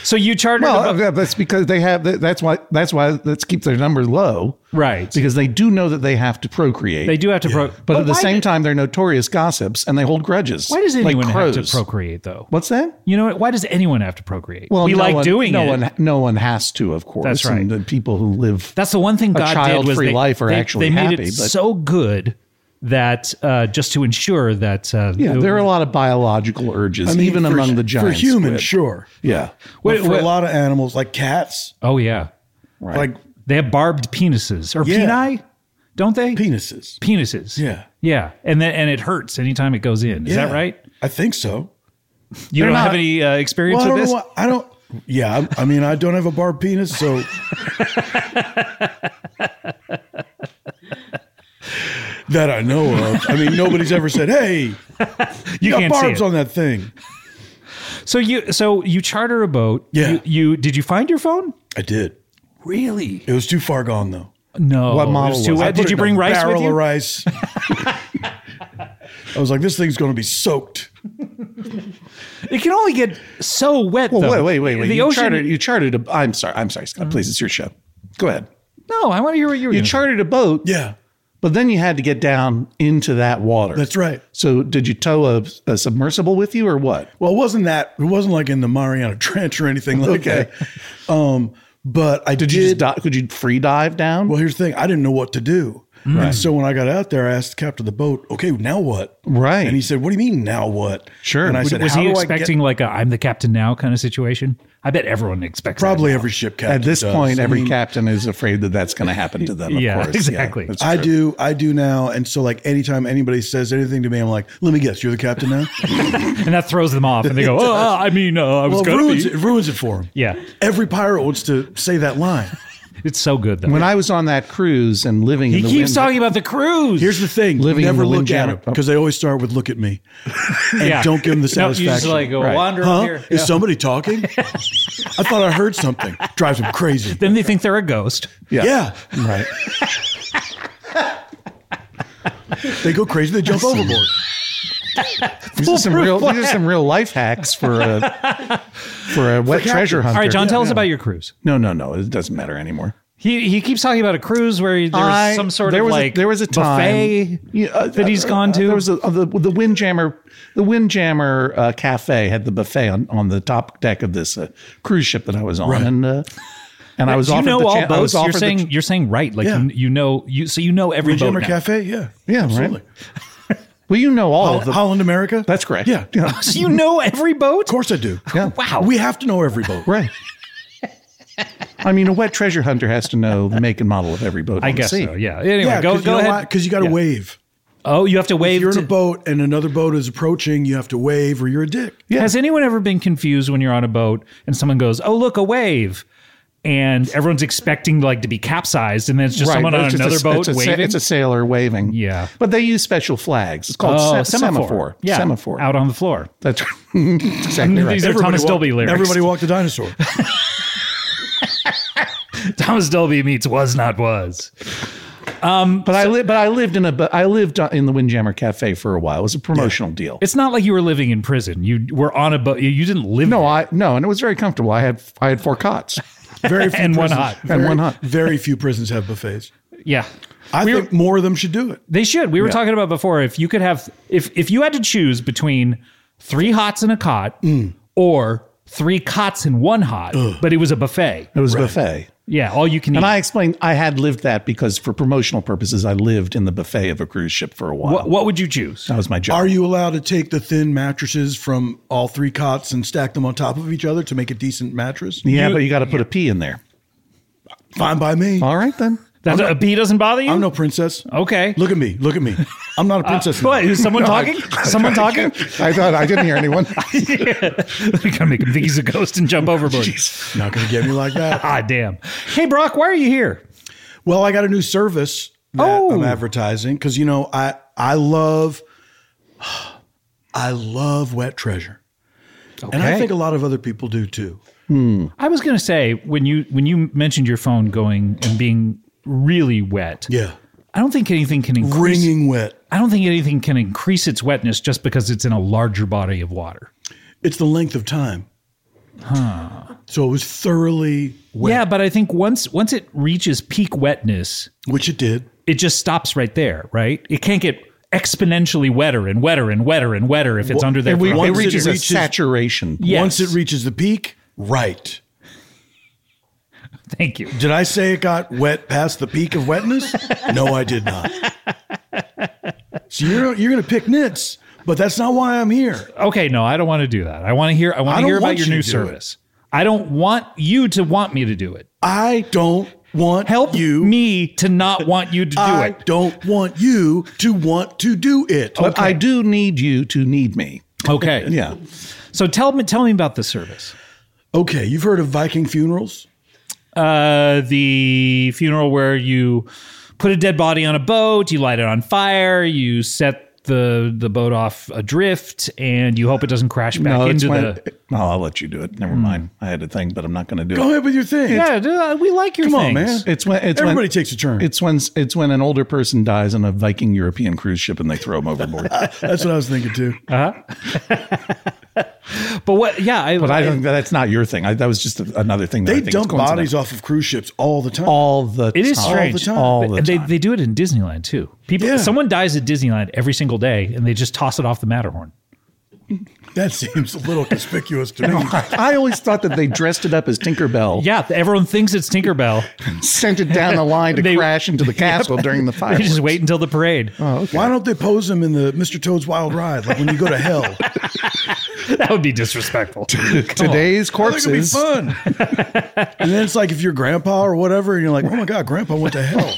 So you chartered, a
Well, uh,
boat-
yeah, that's because they have. That's why. That's why. Let's keep their number low
right?
because they do know that they have to procreate.
they do have to, pro- but,
But, at the
why
same
do-
time, they're notorious gossips and they hold grudges.
why does anyone have to
crows.
procreate though?
What's that?
You know what? Why does anyone have to procreate? we
no
like
one,
doing
no
it.
One, no one has to, of course.
That's right.
And the people who live.
That's the one thing God did was
child-free
they,
life are
they-
actually
they made
happy,
it
but-
so good that uh, just to ensure that uh,
yeah, there are a lot of biological urges,
I mean,
even
for-
among the giants.
For humans, sure.
Yeah.
But
Wait,
for
wait.
a lot of animals, like cats,
oh yeah,
like
they have barbed penises or
Yeah.
peni, don't they?
penises.
penises.
Yeah.
Yeah. And then and it hurts anytime it goes in. Is that
Yeah,
right?
I think so.
You don't
not-
have any uh, experience
Well, I don't
with this?
know. Why, I don't. Yeah, I'm- I mean, I don't have a barbed
*laughs*
penis, so that I know of. I mean, nobody's ever said, "Hey,
you
you got
can't see
barbs
it.
on that thing."
So you so you charter a boat.
Yeah.
You, you did you find your phone?
I did.
Really?
It was too far gone, though.
No.
What
It was
model
too
was it?
wet.
I
Put
Did
it
you
in a
bring rice
barrel
with
Of
you? *laughs*
rice. I was like, "This thing's going to be soaked."
It can only get so wet.
Well,
though.
Oh, wait, wait, wait, wait.
The
you
ocean.
chartered. You chartered. A, I'm sorry. I'm sorry, Scott. Please, it's your show. Go ahead.
no, I want to hear what you were.
You
gonna-
chartered a boat,
Yeah,
but then you had to get down into that water.
that's right.
So, did you tow a, a submersible with you, or what?
Well, it wasn't that. It wasn't like in the Mariana Trench or anything like
Okay.
that. Um, but I
Did you just di- could you free dive down?
Well, here's the thing. I didn't know what to do. And so when I got out there, I asked the captain of the boat, okay, now what?
Right.
And he said, what do you mean now what?
Sure.
And I
Was-
said,
Was
how
he
do
expecting
I get-
like a I'm the captain now kind of situation? I bet everyone expects that
probably
now.
every ship captain
At this
does. Mm-hmm.
point,
I
every
mean,
captain is afraid that that's going to happen to them. Of
Yeah,
course.
exactly.
that's
I
true.
do, I do now, and so like anytime anybody says anything to me, I'm like, "Let me guess, you're the
*laughs*
captain now."
and that throws them off, and they go, "Oh, I mean, uh, I was
well, it
going to
ruins
be."
it, it ruins it for him.
Yeah,
Every pirate wants to say that line.
it's so good though.
When I was on that cruise and living,
he
in the
keeps
wind-
talking about the cruise.
Here's the thing:
Living in
never
the
look at
Windjammer.
it because they always start with "Look at me," and don't give them the satisfaction.
No, you just like go
Right.
wander
huh?
over here.
Is
Yeah.
somebody
*laughs*
talking? I thought I heard something. Drives them crazy.
then they think they're a ghost.
yeah. right. they go crazy. They jump overboard.
These are some real. These are some real life hacks for a for a wet treasure hunter.
All right, John, tell us about your cruise.
No, no, no. It doesn't matter anymore.
He he keeps talking about a cruise where there was
I-
some sort
there
of
was
like
a, there was a time
buffet
Yeah, uh,
that he's
uh,
gone
uh,
to.
There was a, uh, the the Windjammer the Windjammer uh, Cafe had the buffet on, on the top deck of this uh, cruise ship that I was on, and uh, and I was
Do you
offered
know
the
all
chan- I
boats?
was
You're
offered the
saying you're saying right, like
Yeah.
you, you know you so you know every boat
Windjammer
now.
Cafe. Yeah.
Yeah, right.
Absolutely.
well, you know all
Oh,
Hol-
of the.
Holland America.
that's correct.
Yeah. Of
yeah.
So *laughs* you know every boat.
course
*laughs*
I do.
Yeah.
Wow.
We have to know every boat.
right. I mean, a wet treasure hunter has to know the make and model of every boat.
I
on the
guess
sea.
so. Yeah. Anyway, go go ahead.
Because you got to
Yeah.
wave.
Oh, you have to wave.
If you're in
to-
a boat and another boat is approaching, you have to wave or you're a dick.
Has anyone ever been confused when you're on a boat and someone goes, "Oh, look, a wave," and everyone's expecting like to be capsized, and then it's just someone on
it's just
another
a,
boat
it's a, sa-
waving.
It's a sailor waving.
Yeah.
But they use special flags. It's called
oh,
se-
semaphore.
semaphore.
Yeah,
Semaphore.
out on the floor.
That's *laughs* exactly right.
These are Thomas Dolby lyrics.
Everybody walked a dinosaur.
Thomas Dolby meets was not was.
But I li- but I lived in a but I lived on- in the Windjammer Cafe for a while. It was a promotional deal.
It's not like you were living in prison. You were on a boat. You- You didn't live.
no,
there.
I no, and it was very comfortable. I had I had four cots.
*laughs*
Very few
And one
prisons-
hot.
And
very-
one hot.
Very few prisons have buffets.
yeah.
I
We were-
think more of them should do it.
They should. We were talking about before if you could have if if you had to choose between three hots and a cot
Mm.
or three cots and one hot, but it was a buffet.
It was a buffet.
Yeah, all you can eat.
And I explained I had lived that because for promotional purposes I lived in the buffet of a cruise ship for a while.
what, what would you choose?
that was my job.
Are you allowed to take the thin mattresses from all three cots and stack them on top of each other to make a decent mattress?
yeah, but you got to put a P in there.
Fine by me.
All right then.
That a bee doesn't bother you?
I'm no princess.
okay.
Look at me. Look at me.
*laughs*
I'm not a princess. now.
Oh. Uh, What is someone talking? someone talking?
I thought I didn't
*laughs*
hear anyone.
They're gonna make him think he's a ghost and *laughs* jump overboard.
not going to get me like that.
*laughs* Ah, damn. Hey, Brock, why are you here?
Well, I got a new service that
Oh.
I'm advertising because you know I I love *sighs* I love wet treasure, and I
Okay.
think a lot of other people do too.
I was gonna say when you when you mentioned your phone going and being really wet.
Yeah,
I don't think anything can increase
wringing wet.
I don't think anything can increase its wetness just because it's in a larger body of water.
It's the length of time. So it was thoroughly wet,
Yeah, but I think once once it reaches peak wetness,
which it did.
it just stops right there, right? It can't get exponentially wetter and wetter and wetter and wetter if it's under there.
It,
for a
Once
it
it
hundred-
reaches a
reaches-
saturation. point.
Yes.
Once it reaches the peak, right.
Thank you.
Did I say it got wet past the peak
*laughs*
of wetness? no, I did not. So you're you're going to pick nits, but that's not why I'm here.
Okay, no, I don't want to do that. I want to hear I want to
I don't
hear about
want
your
you
new
to do
service. I don't want you to want me to do it.
I don't want
Help
you.
me to not want you to do
I
it.
don't want you to want to do it.
But I do need you to need me.
*laughs*
Okay.
Oh, Yeah.
So tell me tell me about the service.
Okay, you've heard of Viking funerals?
uh, the funeral where you put a dead body on a boat, you light it on fire, you set the the boat off adrift, and you hope it doesn't crash back
No, it's
into
when,
the.
no, I'll let you do it. Never mind. I had a thing, but I'm not going to do
Go
it. Oh,
ahead with your thing.
Yeah, dude, uh, we like your
Come on,
things.
man.
It's when it's
Everybody
when,
takes a turn.
It's when it's when an older person dies on a Viking European cruise ship and they throw him overboard.
*laughs* That's what I was
*laughs*
thinking too.
But what? Yeah, I,
but I don't. That's not your thing. I, that was just a, another thing. That
They
I think is
dump
coincidental.
bodies off of cruise ships all the time.
all the.
It is
time.
strange.
All the
And they
time.
they do it in Disneyland too. People,
Yeah.
someone dies at Disneyland every single day, and they just toss it off the Matterhorn.
*laughs* That seems a little conspicuous
*laughs*
to me.
I always thought that they dressed it up as Tinkerbell,
Yeah, everyone thinks it's *laughs* Tinkerbell.
sent it down the line to
They-
crash into the castle during the fire.
They just wait until the parade.
Why don't they pose him in the Mr. Toad's Wild Ride, like when you go
*laughs*
to hell?
That would be disrespectful.
Today's
I think it'd be
corpses. *laughs*
fun. and then it's like if your grandpa or whatever, and you're like, oh my god, grandpa went
*laughs*
to hell.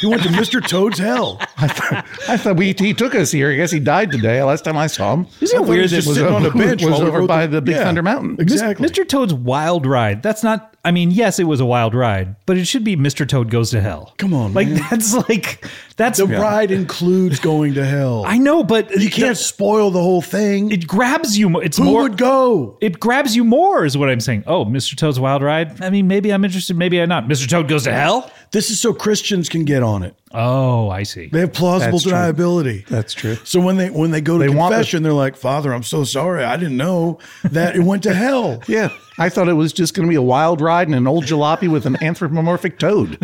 He went to Mr. Toad's hell.
I thought, I thought we, he took us here. I guess he died today. Last time I saw him.
Isn't it weird that-
was
sitting on a bench
was
while we
over
wrote
by
the-
the Big
Yeah.
Thunder Mountain?
Exactly.
Mr. Toad's Wild Ride. That's not. I mean, yes, it was a wild ride, but it should be Mr. Toad goes to hell.
Come on,
like
man.
*laughs* that's like that's.
The ride includes going to hell.
I know, but
you can't spoil the whole thing.
It grabs you. mo- It's
Who
more.
would go?
it grabs you more is what I'm saying. Oh, Mr. Toad's Wild Ride. I mean, maybe I'm interested. Maybe I'm not. Mr. Toad goes to hell.
This is so Christians can get on it.
Oh, I see.
They have plausible
That's true.
deniability.
That's true.
So when they when they go to
They want the-
confession, they're like, "Father, I'm so sorry. I didn't know that it went to hell."
Yeah, I thought it was just going to be a wild ride and an old jalopy with an anthropomorphic
*laughs*
toad,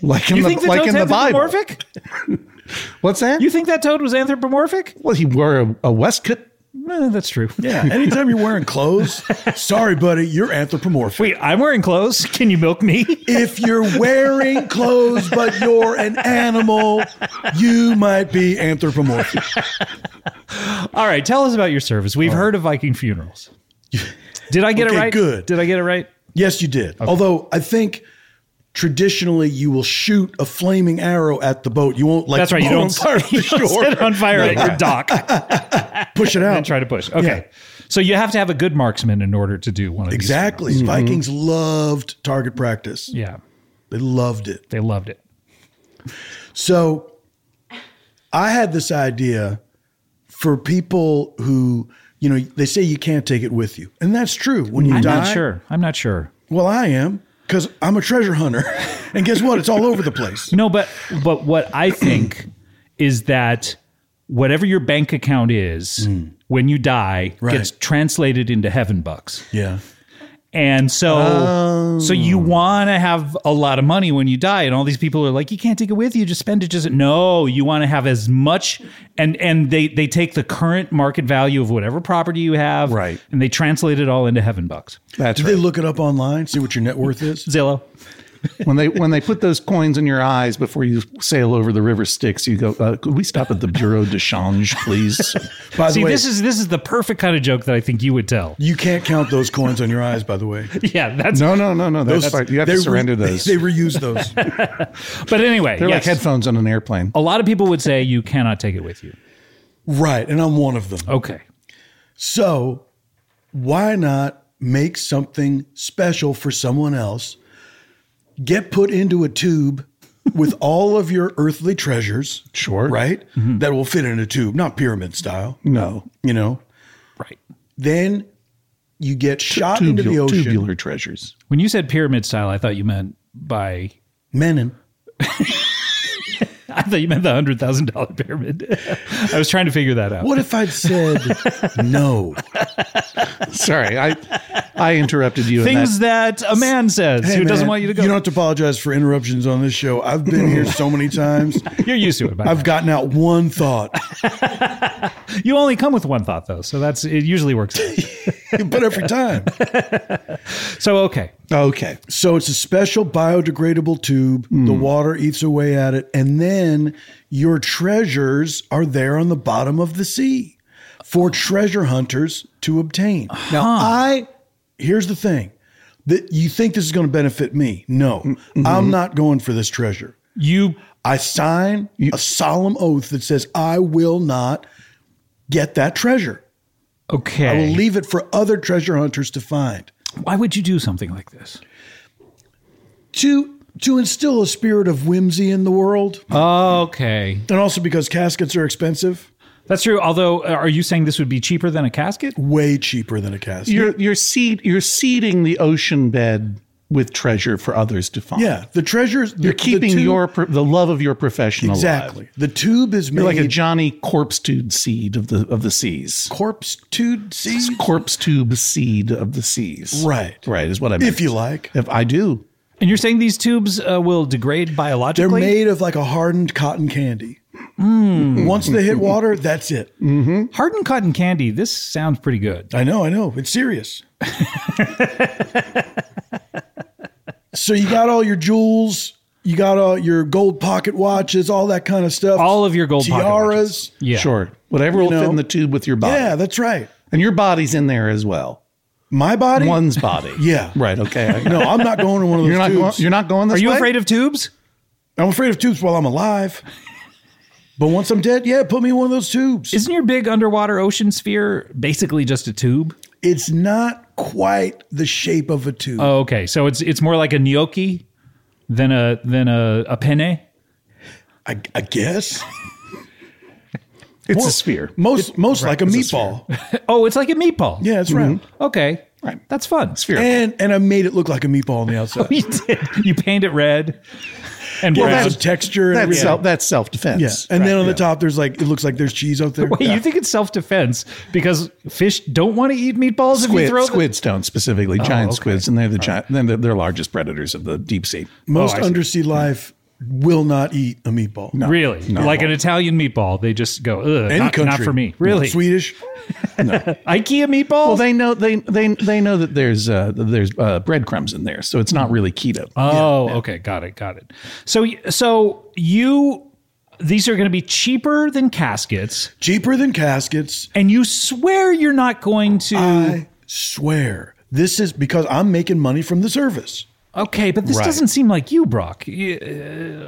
like in
You
the
think the
like
toad's
in the Bible.
anthropomorphic?
What's that?
You think that toad was anthropomorphic?
well, he wore a, a waistcoat.
Eh, that's true.
*laughs* Yeah. Anytime you're wearing clothes, sorry, buddy, you're anthropomorphic.
Wait, I'm wearing clothes. *laughs* Can you milk me?
if you're wearing clothes but you're an animal, you might be anthropomorphic.
All right, tell us about your service. We've heard of Viking funerals. Did I get
Okay,
it right?
good.
Did I get it right?
Yes, you did. Although I think traditionally you will shoot a flaming arrow at the boat. You won't like
That's right. You
blow
don't,
on fire
*laughs* you
the
don't
shore.
set on fire at your dock
push it
and
out.
try to *laughs* push. Okay. So you have to have a good marksman in order to do one of
Exactly. Vikings loved target practice.
these. Exactly. Mm-hmm. Yeah.
They loved it.
They loved it.
So I had this idea for people who, you know, they say you can't take it with you. And that's true. When you
I'm
die,
not sure. I'm not sure.
Well, I am because I'm a treasure hunter, *laughs* and guess what? It's all over the place.
No, but but what I think *clears throat* is that whatever your bank account is when you die
Right.
gets translated into heaven bucks.
Yeah,
And so so you want to have a lot of money when you die and all these people are like you can't take it with you just spend it just no you want to have as much and and they they take the current market value of whatever property you have
Right.
and they translate it all into heaven bucks.
That's
do
right.
they look it up online? See what your net worth is?
Zillow.
when they when they put those coins in your eyes before you sail over the river Styx, you go. Uh, could we stop at the Bureau de Change, please?
*laughs* By the
See
way,
this is this is the perfect kind of joke that I think you would tell.
you can't count those coins on your eyes. By the way,
Yeah, that's
no, no, no, no. *laughs* That's
Those-
fine. You have to
they re-
surrender those.
They reuse
*laughs*
those.
But anyway,
They're like
yes.
headphones on an airplane.
Oh,
a lot of people would say you cannot take it with you.
right, and I'm one of them.
Okay.
So, why not make something special for someone else? Get put into a tube
*laughs*
with all of your earthly treasures.
Sure.
Right?
Mm-hmm.
That will fit in a tube, not pyramid style,
No,
you know?
Right.
Then you get shot into the
tubular,
ocean.
tubular treasures.
When you said pyramid style, I thought you meant by *laughs*
Menon.
I thought you meant the hundred thousand dollar pyramid. *laughs* I was trying to figure that out.
What if
*laughs*
I'd said no?
Sorry, I I interrupted you. in
Things that, a man says
Hey,
who doesn't
man,
want you to go.
You don't have to apologize for interruptions on this show. I've been here so many times.
You're used to it. By
I've
now.
gotten out one thought. *laughs*
you only come with one thought though, so that's it. Usually works.
*laughs*
out.
but every time.
so okay,
that. Okay.
So it's a special biodegradable tube. The water eats away at it, and then your treasures are there on the bottom of the sea for treasure hunters to obtain. Now, I here's the thing that you think this is going to benefit me. No, I'm not going for this treasure.
you
I sign a solemn oath that says I will not get that treasure.
okay.
I will leave it for other treasure hunters to find.
Why would you do something like this?
To to instill a spirit of whimsy in the world.
Okay,
And also because caskets are expensive,
that's true. Although, uh, are you saying this would be cheaper than a casket?
way cheaper than a casket.
You're you're seed you're seeding the ocean bed with treasure for others to find.
yeah, the treasures.
You're keeping your pro- the love of your profession
exactly.
alive.
The tube is made
You're like a Johnny corpse tube seed of the of the seas.
corpse tube seed,
Corpse tube seed of the seas.
Right.
Right is what I mean.
if you like.
If I do.
And you're saying these tubes uh, will degrade
They're
biologically?
made of like a hardened cotton candy.
Hmm.
Once they hit water, that's it.
Hardened cotton candy. This sounds pretty good.
I know, I know. It's serious. so you got all your jewels, you got all your gold pocket watches, all that kind of stuff.
All of your gold pocket watches.
tiaras.
Yeah.
Sure. Whatever will fit
know.
in the tube with your body.
Yeah, that's right.
And your body's in there as well.
My body.
One's body.
*laughs* Yeah.
Right. Okay.
*laughs*
I-
No, I'm not going
*laughs*
to one of those
You're not going,
tubes.
you're not going this
Are you
way?
afraid of tubes?
I'm afraid of tubes while I'm alive. But once I'm dead, yeah, put me in one of those tubes.
Isn't your big underwater ocean sphere basically just a tube?
It's not quite the shape of a tube.
Oh, okay. So it's it's more like a gnocchi than a than a, a penne.
I, I guess
It's
Well,
a sphere.
most most like a meatball.
Oh, it's like a meatball.
yeah, it's round.
Okay.
Right.
That's fun.
Sphere.
And and I made it look like a meatball on the outside.
*laughs* You did. You paint it red and brown.
Lots of texture and
that's
everything.
self, that's self defense.
Yeah. And then on the top, there's like, it looks like there's cheese out there.
*laughs* Wait,
Yeah.
you think it's self defense because fish don't want to eat meatballs if you
Squid,
throw them?
squids don't specifically giant
okay.
squids, and they're the giant, then they're, they're largest predators of the deep sea. Oh,
Most undersea life will not eat a meatball. Hmm. No.
Really? Like an Italian meatball, they just go, Ugh,
Any
not,
country.
not for me. Really?
Swedish.
IKEA meatballs?
Well, they know they they they know that there's uh, there's uh, breadcrumbs in there, so it's not really keto.
oh, okay. Got it. Got it. So, y- so you, these are going to be cheaper than caskets,
Cheaper than caskets.
and you swear you're not going to.
I swear. This is because I'm making money from the service.
okay, but this doesn't seem like you, Brock. You,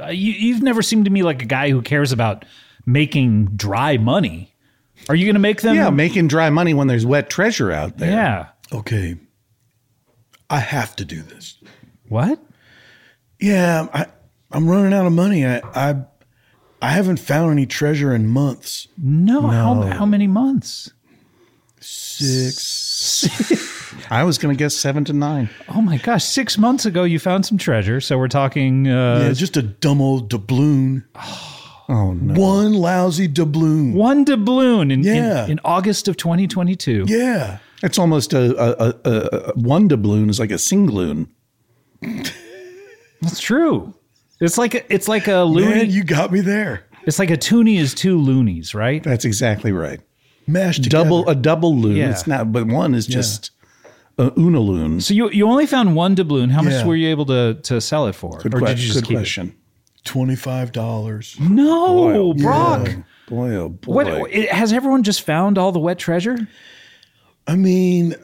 uh, you, you've never seemed to me like a guy who cares about making dry money. Are you going to make them?
yeah, making dry money when there's wet treasure out there.
yeah.
Okay. I have to do this.
What?
Yeah, I, I'm running out of money. I, I I haven't found any treasure in months.
No. How, how many months?
Six.
I was going to guess seven to nine.
*laughs* Oh my gosh! Six months ago, you found some treasure. So we're talking. Uh,
Yeah, just a dumb
*sighs*
old doubloon. Oh no. One lousy doubloon.
One doubloon in, in-
Yeah.
in, August of 2022.
Yeah.
It's almost a, a, a, a one doubloon is like a singloon.
That's true. It's like a, it's like a loony.
Man, you got me there.
it's like a toonie is two loonies, right?
That's exactly right.
Mashed together.
Double a double loon.
Yeah.
It's not, but one is just a unaloon.
So you you only found one doubloon. How much
Yeah.
were you able to to sell it for? or did you just
good
keep
question. oh
twenty-five dollars.
it? No, Brock.
Boy, oh boy.
What it, has everyone just found all the wet treasure?
I mean,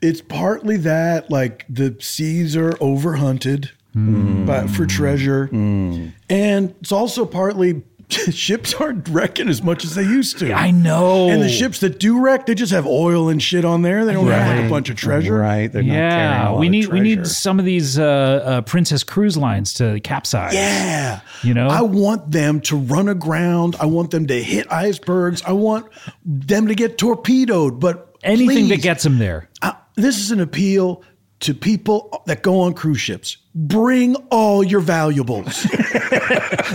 it's partly that like the seas are overhunted by, for treasure, and it's also partly *laughs* ships aren't wrecking as much as they used to.
I know.
And the ships that do wreck, they just have oil and shit on there. They don't have like a bunch of treasure.
Right. They're not carrying a
Yeah,
lot
we
of
need we need
treasure.
some of these uh, uh, Princess Cruise lines to capsize.
Yeah. Oh,
You know?
I want them to run aground. I want them to hit icebergs. I want them to get torpedoed. But
anything that
please,
gets them there.
I- Uh, this is an appeal to people that go on cruise ships. Bring all
*laughs*
your valuables.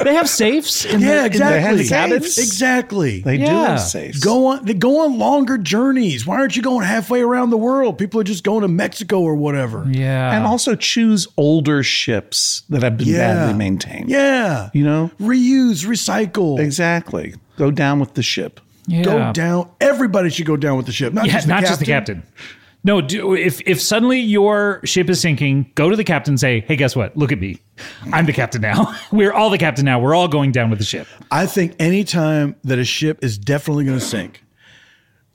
They have safes. In
*laughs* yeah,
the,
exactly.
the cabins?
Exactly.
They do
Yeah.
have safes.
go on. They go on longer journeys. Why aren't you going halfway around the world? People are just going to Mexico or whatever.
Yeah,
and also choose older ships that have been
Yeah.
badly maintained.
Yeah.
You know?
reuse, recycle.
Exactly. Go down with the ship.
yeah.
Go down. Everybody should go down with the ship, not,
Yeah,
just, the
not just the captain. No, do, if if suddenly your ship is sinking, go to the captain and say, "Hey, guess what? Look at me. I'm the captain now. *laughs* We're all the captain now. We're all going down with the ship."
I think any time that a ship is definitely going to sink,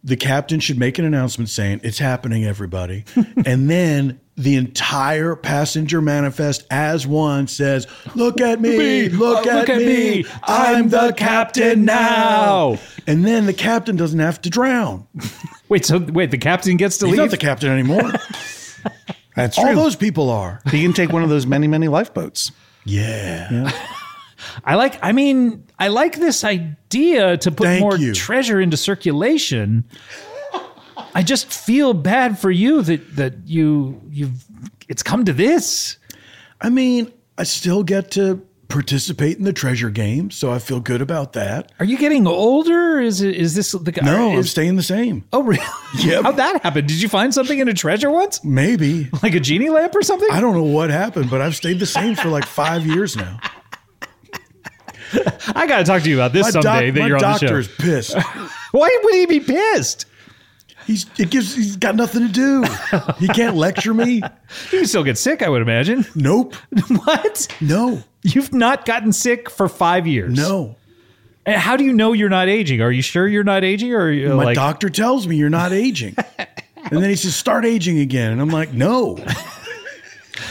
the captain should make an announcement saying it's happening, *laughs* everybody, and then the entire passenger manifest as one says, "Look at me, look,
uh,
at, me. I'm the captain now." And then the captain doesn't have to drown.
Wait, so wait, the captain gets to
He's
leave.
not the captain *laughs* anymore.
That's
All those people are.
he can take one of those many, many lifeboats.
Yeah.
I like. I mean, I like this idea to put
Thank
more
you.
treasure into circulation. I just feel bad for you that that you you've it's come to this.
I mean, I still get to participate in the treasure game, so I feel good about that.
Are you getting older? Is it is this the guy?
No, I'm
is,
staying the same.
Oh, really? *laughs*
Yep.
How'd that happen? Did you find something in a treasure once?
Maybe.
Like a genie lamp or something?
I don't know what happened, but I've stayed the same for like five years now.
I got to talk to you about this
My, doc-
someday that
my
you're on the show.
doctor's pissed.
Why would he be pissed?
He's it gives he's got nothing to do. He can't lecture me.
You can still get sick, I would imagine. *laughs*
Nope.
what?
No.
You've not gotten sick for five years.
No.
And how do you know you're not aging? Are you sure you're not aging, or are you
My
like
doctor tells me you're not aging. And then he says, start aging again. And I'm
*laughs*
like, no.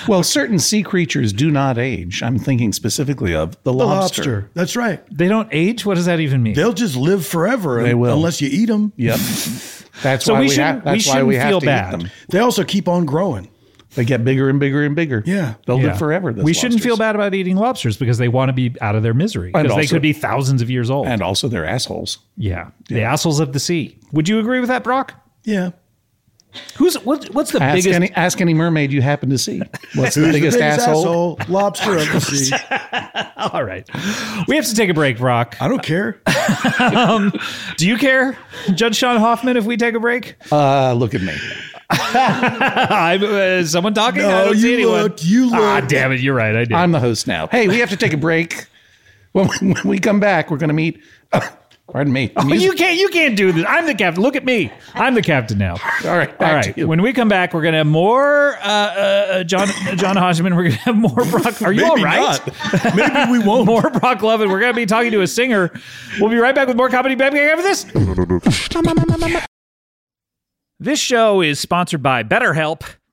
Well, certain sea creatures do not age. I'm thinking specifically of the,
The
lobster.
lobster. That's right.
they don't age? What does that even mean?
They'll just live forever
They
un-
will.
unless you eat them.
*laughs*
Yep. That's
So
why
we
we, have.
shouldn't- we
That's why
shouldn't
we have
feel
to
bad.
eat them.
They also keep on growing.
They get bigger and bigger and bigger.
Yeah.
they'll
Yeah.
live forever. those
we shouldn't
lobsters.
feel bad about eating lobsters because they want to be out of their misery
And
because they
also-
could be thousands of years old.
And also, they're assholes.
yeah. the assholes of the sea. Would you agree with that, Brock?
Yeah.
Who's what, what's the
Ask
biggest?
any ask any mermaid you happen to see. What's the biggest,
Who's the biggest
asshole?
asshole?
*laughs*
Lobster of the sea.
*laughs* All right, we have to take a break, Brock.
I don't care.
Do you care, Judge Sean Hoffman, if we take a break?
Uh, look at me.
I'm uh, is someone talking. I
No,
don't see
you
anyone.
looked, you
Ah,
looked.
damn it! You're right. I did.
I'm the host now. Hey, we have to take a break. *laughs* When we, when we come back, we're going to meet. uh, pardon me.
But you can't. You can't do this. I'm the captain. Look at me. I'm the captain now.
All right.
All
Back
right.
To you.
When we come back, we're gonna have more uh, uh, John John Hodgman. We're gonna have more Brock. Are you all right?
not. Maybe
*laughs*
we won't.
More Brock Lovin. We're gonna be talking to a singer. We'll be right back with more comedy. Back after this. This show is sponsored by BetterHelp.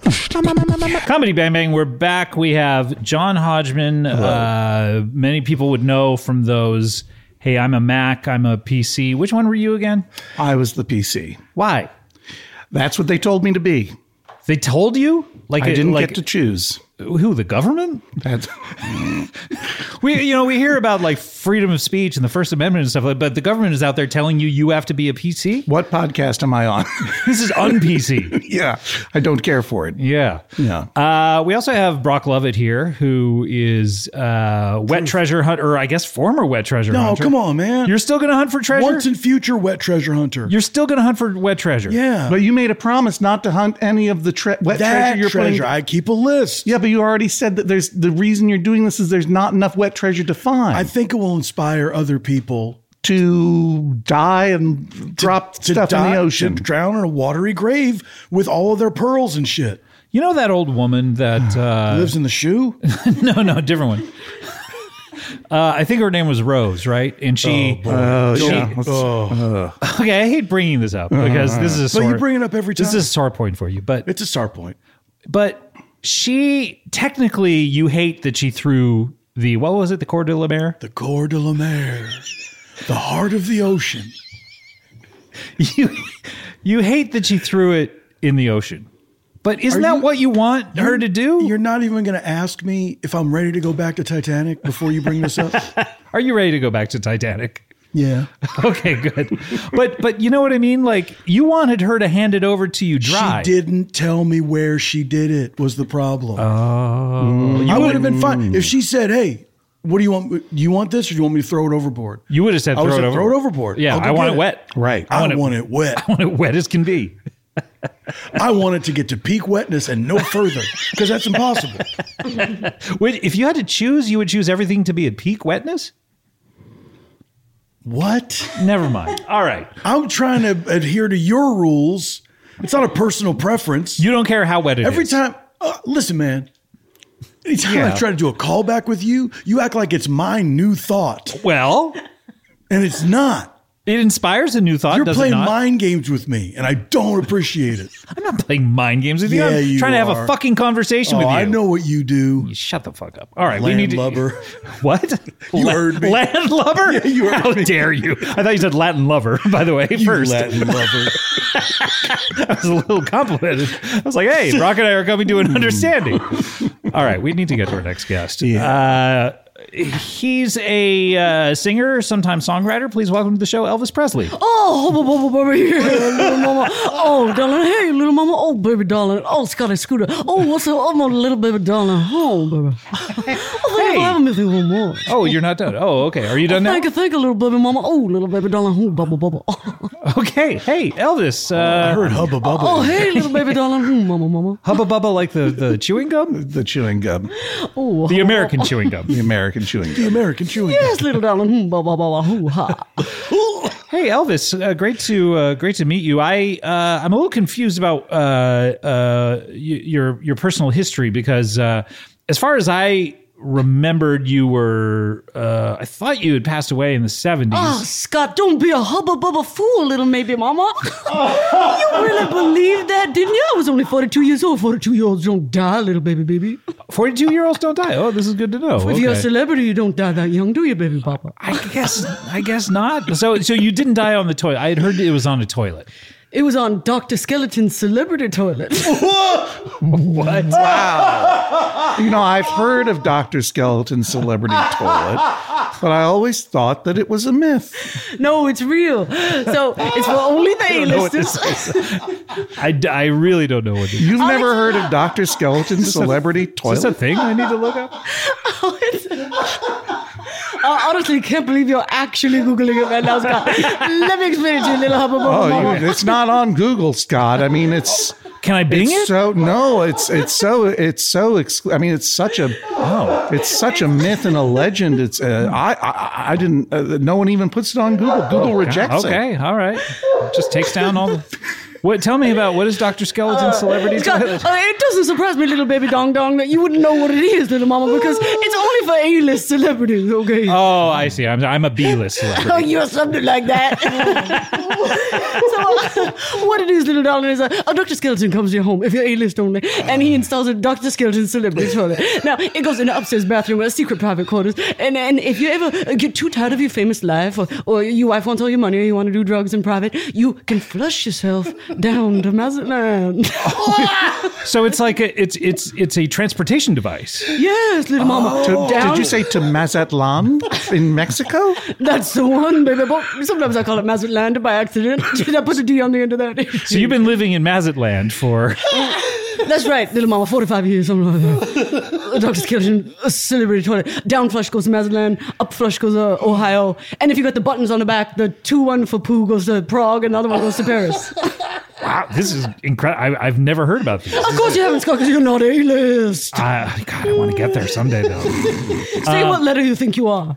Comedy Bang Bang, we're back. We have John Hodgman. Uh, many people would know from those, hey, I'm a Mac, I'm a PC. Which one were you again?
I was the PC.
Why?
That's what they told me to be.
They told you? Like
I
it-
didn't
like,
get to choose.
who the government?
That's,
We you know we hear about like freedom of speech and the First Amendment and stuff, like, but the government is out there telling you you have to be a PC.
what podcast am I on? *laughs*
This is un PC.
yeah, I don't care for it.
yeah.
Yeah.
Uh, we also have Brock Lovett here, who is uh, wet treasure hunter, or I guess former wet treasure
No,
hunter.
come on, man.
You're still going to hunt for treasure?
Once in future wet treasure hunter.
You're still going to hunt for wet treasure.
yeah.
But you made a promise not to hunt any of the tre- wet
that
treasure you're
treasure,
putting.
I keep a list.
Yeah, but you already said that there's the reason you're doing this is there's not enough wet treasure to find
I think it will inspire other people
to die and drop
to
stuff in
die-
the ocean.
to drown in a watery grave with all of their pearls and shit.
You know that old woman
*sighs*
that uh,
Lives in the shoe.
*laughs* no, no, different one. Uh, I think her name was Rose, right? And she.
Oh,
she-
yeah.
*laughs*
Let's-
okay, I hate bringing this up because this is a
But
sore,
you bring it up every time.
this is a sore point for you. But
it's a star point.
but she technically you hate that she threw the what was it the Coeur de la Mer?
The Corps de la Mer, the heart of the ocean.
*laughs* you you hate that she threw it in the ocean. But isn't
Are
that
you-
what you want her to do?
You're not even going to ask me if I'm ready to go back to Titanic before you bring this up.
Are you ready to go back to Titanic?
yeah,
*laughs* Okay, good. but but you know what I mean? Like you wanted her to hand it over to you dry.
she didn't tell me where she did it. Was the problem?
Oh.
I would have been fine if she said, "Hey, what do you want? Do you want this, or do you want me to throw it overboard?"
You would have said
I
throw
would
it
have
over.
said, "Throw it overboard."
Yeah,
I'll go
I want
get
it wet. *laughs*
Right.
I, want, it wet.
I want it wet as can be.
I want it to get to peak wetness and no further, because that's impossible.
Wait, if you had to choose, you would choose everything to be at peak wetness?
What?
Never
*laughs*
mind. All right.
I'm trying to adhere to your rules. It's not a personal preference.
You don't care how wet it is.
Every time, uh, listen, man. Anytime
Yeah.
I try to do a callback with you, you act like it's my new thought,
Well,
and it's not.
it inspires a new thought.
You're
does it
playing
not?
mind games with me, and I don't appreciate it.
I'm not playing mind games with you.
Yeah,
I'm
you
trying to have a
are.
fucking conversation
Oh,
with you.
I know what you do.
Shut the fuck up. All right, we need to. *laughs*
Landlubber.
What?
You heard me.
Landlubber?
Yeah, you heard
How
me.
dare you? I thought you said Latin lover, *laughs* by the way,
You
first.
Latin lover.
*laughs* I was a little complimented. I was like, hey, Brock and I are coming to an understanding. All right, we need to get to our next guest. Uh, he's a uh, singer, sometimes songwriter. Please welcome to the show, Elvis Presley.
Oh, oh, oh, oh, baby, yeah, little mama. Oh, darling, hey, little mama. Oh, baby, darling. Oh, Scotty Scooter. Oh, what's up? Oh, my little baby, darling. Oh, baby. Oh, thank you
Hey.
for having me for one more.
Oh, you're not done. Oh, okay. Are you done now?
Thank you, thank you, little baby mama. Oh, little baby darling. Oh, bubble, bubble. Oh,
Okay. Hey, Elvis.
I
Uh,
heard hubba bubba.
oh hey, little baby darling. Oh, mama, mama.
hubba bubba like the, the chewing gum?
The chewing gum,
Oh,
The American chewing gum.
the American chewing
The
gum.
American chewing.
yes, little darling. Hmm, bubble, bubble. Hoo ha.
Hey Elvis, uh, great to uh, great to meet you. I uh, I'm a little confused about uh, uh, y- your your personal history because uh, as far as I remembered, you were uh, I thought you had passed away in the 70s.
Oh, Scott, don't be a hubba bubba fool, little maybe mama. you really believe that, didn't you? I was only 42 years old. 42 year olds don't die, little baby, baby.
42 year olds don't die. Oh, this is good to know.
If you're a
Okay.
celebrity, you don't die that young, do you, baby papa?
I guess I guess not. So so you didn't die on the toilet. I had heard it was on a toilet.
It was on Dr. Skeleton's celebrity toilet. *laughs*
What?
*laughs* You know, I've heard of Dr. Skeleton's celebrity toilet, but I always thought that it was a myth.
no, it's real. So it's for only the A-listers. *laughs*
I, d- I really don't know what this is.
You've never heard of Dr. Skeleton's celebrity
Is this a
toilet?
thing I need to look up?
Oh, I honestly can't believe you're actually Googling it right now, Scott. Let me explain it to you, little hubba bubba
Oh,
mama.
you, it's not on Google, Scott. I mean, it's
Can I bing
it's
it?
so no, it's it's so it's so. Exclu- I mean, it's such a oh, it's such a myth and a legend. It's uh, I, I I didn't. Uh, no one even puts it on Google. Google rejects it.
Okay, all right. Just takes down all the. What? Tell me about what is Doctor Skeleton's celebrity
Scott,
toilet?
uh, it doesn't surprise me, little baby dong dong, that you wouldn't know what it is, little mama, because it's only for A-list celebrities, okay?
Oh, I see. I'm I'm a B-list celebrity.
Oh, you're something like that. *laughs* so, uh, what it is, little darling, is uh, a Dr. Skeleton comes to your home if you're A list only, and he installs a Dr. Skeleton celebrity toilet. Now, it goes in the upstairs bathroom, a secret private quarters. And, and if you ever uh, get too tired of your famous life, or, or your wife wants all your money, or you want to do drugs in private, you can flush yourself down to Mazatlan. *laughs*
So it's like a, it's it's it's a transportation device.
yes, little mama.
To-
down.
Oh. did you say to Mazatlan in Mexico?
That's the one, baby. But sometimes I call it Mazatlan by accident. *laughs* Did I put a D on the end of that? *laughs*
So you've been living in Mazatland for
That's right, little mama, 45 years, something like that. Dr. Skeleton, a celebrity toilet. Down flush goes to Mazatlan, up flush goes to Ohio. And if you got the buttons on the back, the 2 1 for poo goes to Prague and the other one goes to Paris.
wow. This is incredible. I've never heard about this.
of course you haven't, Scott, because you're not A list.
I, God, I want to get there someday though.
Say what letter you think you are.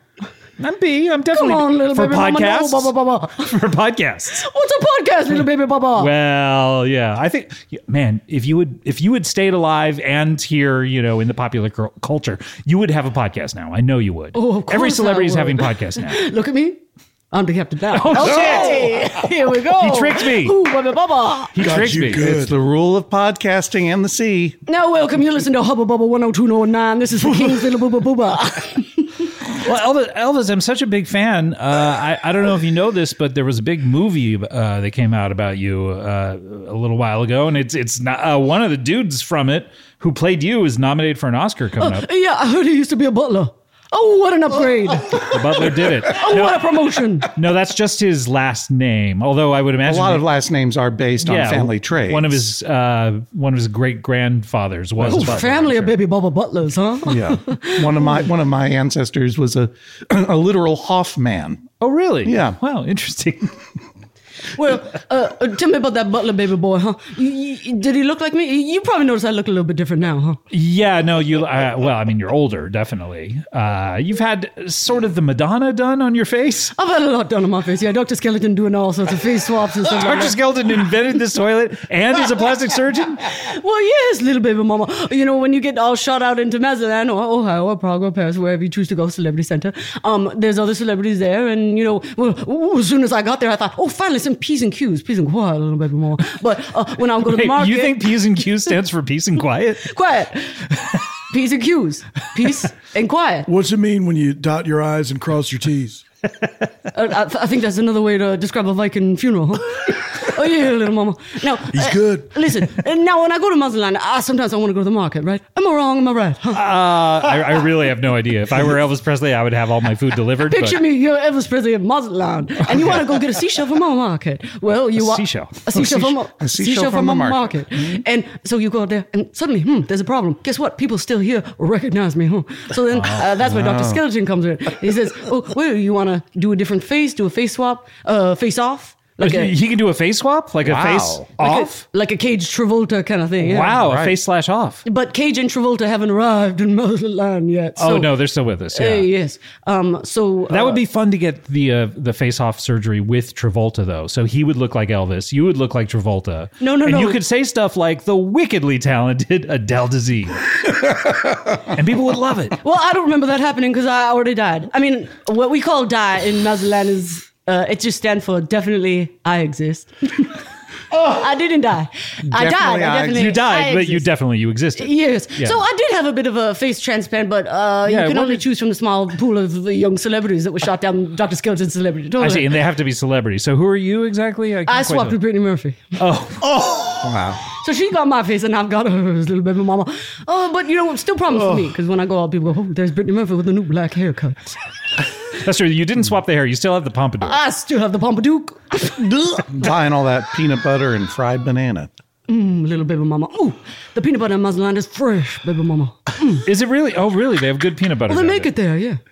I'm B. I'm definitely
Come on, little
for
baby mama, no,
podcasts.
blah, blah, blah, blah.
For podcasts.
What's a podcast, little baby baba?
Well, yeah. I think, yeah, man, if you would, if you had stayed alive and here, you know, in the popular cur- culture, you would have a podcast now. I know you would.
Oh, of
Every
course
celebrity is
I
having
would.
podcasts now.
*laughs* Look at me. I'm the captain now.
Oh,
okay. Here we go.
He tricked me.
Ooh, baba, baba.
He
Got
tricked
you
me.
good.
It's the rule of podcasting and the sea.
Now, welcome. You listen to Hubba Bubba 102909. This is the King's Little Booba Booba.
Well, Elvis, Elvis, I'm such a big fan. Uh, I, I don't know if you know this, but there was a big movie uh, that came out about you uh, a little while ago, and it's it's not, uh, one of the dudes from it who played you is nominated for an Oscar coming up.
yeah, I heard he used to be a butler. Oh, what an upgrade. Oh,
The Butler did it.
what a promotion.
No, that's just his last name. Although I would
A
imagine
lot of last names are based on family traits.
One of his uh, one of his great grandfathers was a
Ooh,
butler,
Oh, family
I'm
of
sure.
baby Bubba butlers, huh?
*laughs* yeah, one of my one of my ancestors was a *clears throat* a literal Hoffman.
Oh, really?
Yeah.
Wow, interesting.
*laughs* Well, uh, uh, tell me about that butler baby boy, huh? You, you- did he look like me? You- You probably notice I look a little bit different now, huh?
*laughs* yeah. No, you. Uh, well, I mean, you're older, definitely. Uh, you've had sort of the Madonna done on your
*laughs*
face.
I've had a lot done on my face. Yeah, Dr. Skeleton doing all sorts of face swaps and stuff. like
Dr. Skelton invented this toilet and is a plastic surgeon.
that. Well, yes, little baby mama. You know, when you get all shot out into Mazatlan or Ohio or Prague or Paris, wherever you choose to go, Celebrity Center, um, there's other celebrities there. And, you know, well, ooh, as soon as I got there, I thought, oh, finally some P's and Q's. P's and quiet, little baby mama. But uh, when I go to the
Wait,
market.
you think P's and Q stands for peace and
*laughs*
quiet?
Quiet. P's and Q's. Peace and quiet.
What's it mean when you dot your I's and cross your T's?
Uh, I, th- I think that's another way to describe a Viking funeral. *laughs* Huh? oh yeah, little mama. Now
He's
uh,
good.
Listen, uh, now when I go to Mazatlan, I sometimes I want to go to the market, right? Am I wrong? Am I right? Huh?
Uh, I, I really have no idea. If I were Elvis Presley, I would have all my food delivered. but-
Picture me, you're Elvis Presley of Mazatlan, and you want to go get a seashell from our market. Well, you
Oh, A
wa-
seashell.
a seashell from a,
a seashell from a market.
Mm-hmm.
and so you go out there, and suddenly, hmm, there's a problem. Guess what? People still here recognize me, huh? So then
Ah,
uh, that's where Doctor Skeleton comes in. He says, "Oh, well, you want to do a different face? Do a face swap? Uh, face off?" Like a,
he can do a face swap, like a face
Wow.
Like a-
off.
like a, Cage Travolta kind of thing. yeah.
wow, a
Right.
face slash off.
But Cage and Travolta haven't arrived in Mazatlan yet. So,
oh no, they're still with us.
uh,
Yeah.
yes. Um, so
That
uh,
would be fun to get the uh, the face off surgery with Travolta though. So he would look like Elvis, you would look like Travolta.
No, no,
and
no.
You could say stuff like the wickedly talented Adele
*laughs*
Dazeem, and people would love it.
Well, I don't remember that happening because I already died. I mean, what we call die in Mazatlan is uh, it just stands for definitely
*laughs*
I exist.
Oh.
I didn't die. I died.
Definitely
I
I
definitely
You died,
I
but you
exist.
definitely you existed.
Yes.
Yeah.
So I did have a bit of a face transplant, but uh,
Yeah,
you can
what
only
did-
choose from the small pool of the young celebrities that were shot down Dr. Skeleton's celebrity.
I
Totally.
see, and they have to be celebrities. So who are you exactly? can't
I
quite
swapped
tell.
with Brittany Murphy.
Oh.
*laughs*
Wow.
So she got my face and I've got hers, little baby mama. Oh, but you know, it's still problems for me because when I go out, people go, oh, there's Brittany Murphy with a new black haircut.
That's true. You didn't swap the hair. You still have the pompadour.
I still have the Pompadour.
Buying all that peanut butter and fried banana.
Mm, little baby mama. Ooh, the peanut butter and Mazatlan is fresh, baby mama.
Is it really? Oh, really? They have good peanut butter.
Well, they
down
make it there, yeah.
there.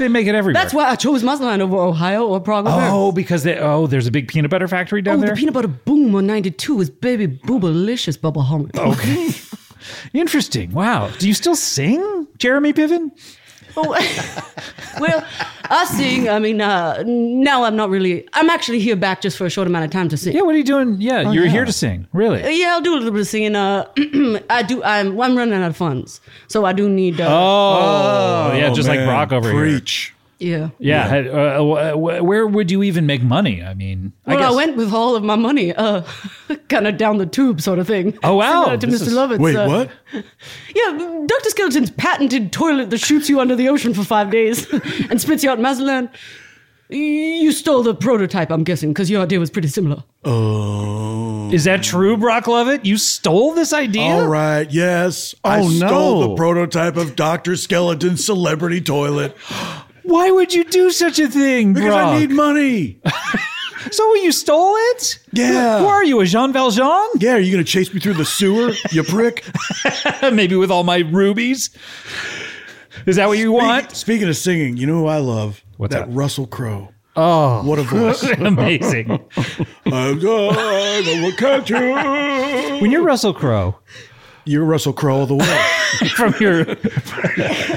They make it everywhere.
That's why I chose Mazatlan over Ohio or Prague. or
Oh,
Paris.
because they oh, there's a big peanut butter factory down
Oh,
there.
the peanut butter boom on 92 is baby boobalicious, bubble hummer.
Okay. Interesting. Wow. Do you still sing, Jeremy Piven?
*laughs* Oh, well, I sing. I mean, uh, now I'm not really. I'm actually here back just for a short amount of time to sing.
Yeah. What are you doing? Oh, Yeah, you're here to sing.
Uh,
Really?
Yeah, I'll do a little bit of singing. Uh, *clears throat* I do. I'm, I'm running out of funds, so I do need. Uh,
Oh, yeah.
Oh,
Just like
man.
Brock over here.
Preach.
yeah.
Yeah. uh, uh, wh- where would you even make money? I mean,
Well,
I
I,
guess.
went with all of my money, uh, *laughs* kind of down the tube sort of thing.
Oh, wow.
Similar to
This
Mr.
is-
Lovitz.
Wait,
uh,
what?
Yeah, Doctor Skeleton's patented toilet that shoots you under the ocean for five days *laughs* and spits you out in Mazatlan. You stole the prototype, I'm guessing, because your idea was pretty similar.
Oh.
Is that true, Brock Lovett? You stole this idea?
All right. Yes. I
Oh,
stole
no.
the prototype of Dr. Skeleton's celebrity toilet
Why would you do such a thing,
because
Brock?
I need money.
so you stole it?
Yeah.
Who are you, a Jean Valjean? *laughs*
Yeah, are you going to chase me through the sewer, you prick?
Maybe with all my rubies. Is that *laughs* what you
Speaking,
want? *laughs*
speaking of singing, you know who I love?
What's
that?
that?
Russell Crowe. Oh. What a voice.
*laughs* Amazing.
I'm gonna look at you.
When you're Russell Crowe,
You're Russell Crowe all the way.
from *laughs* your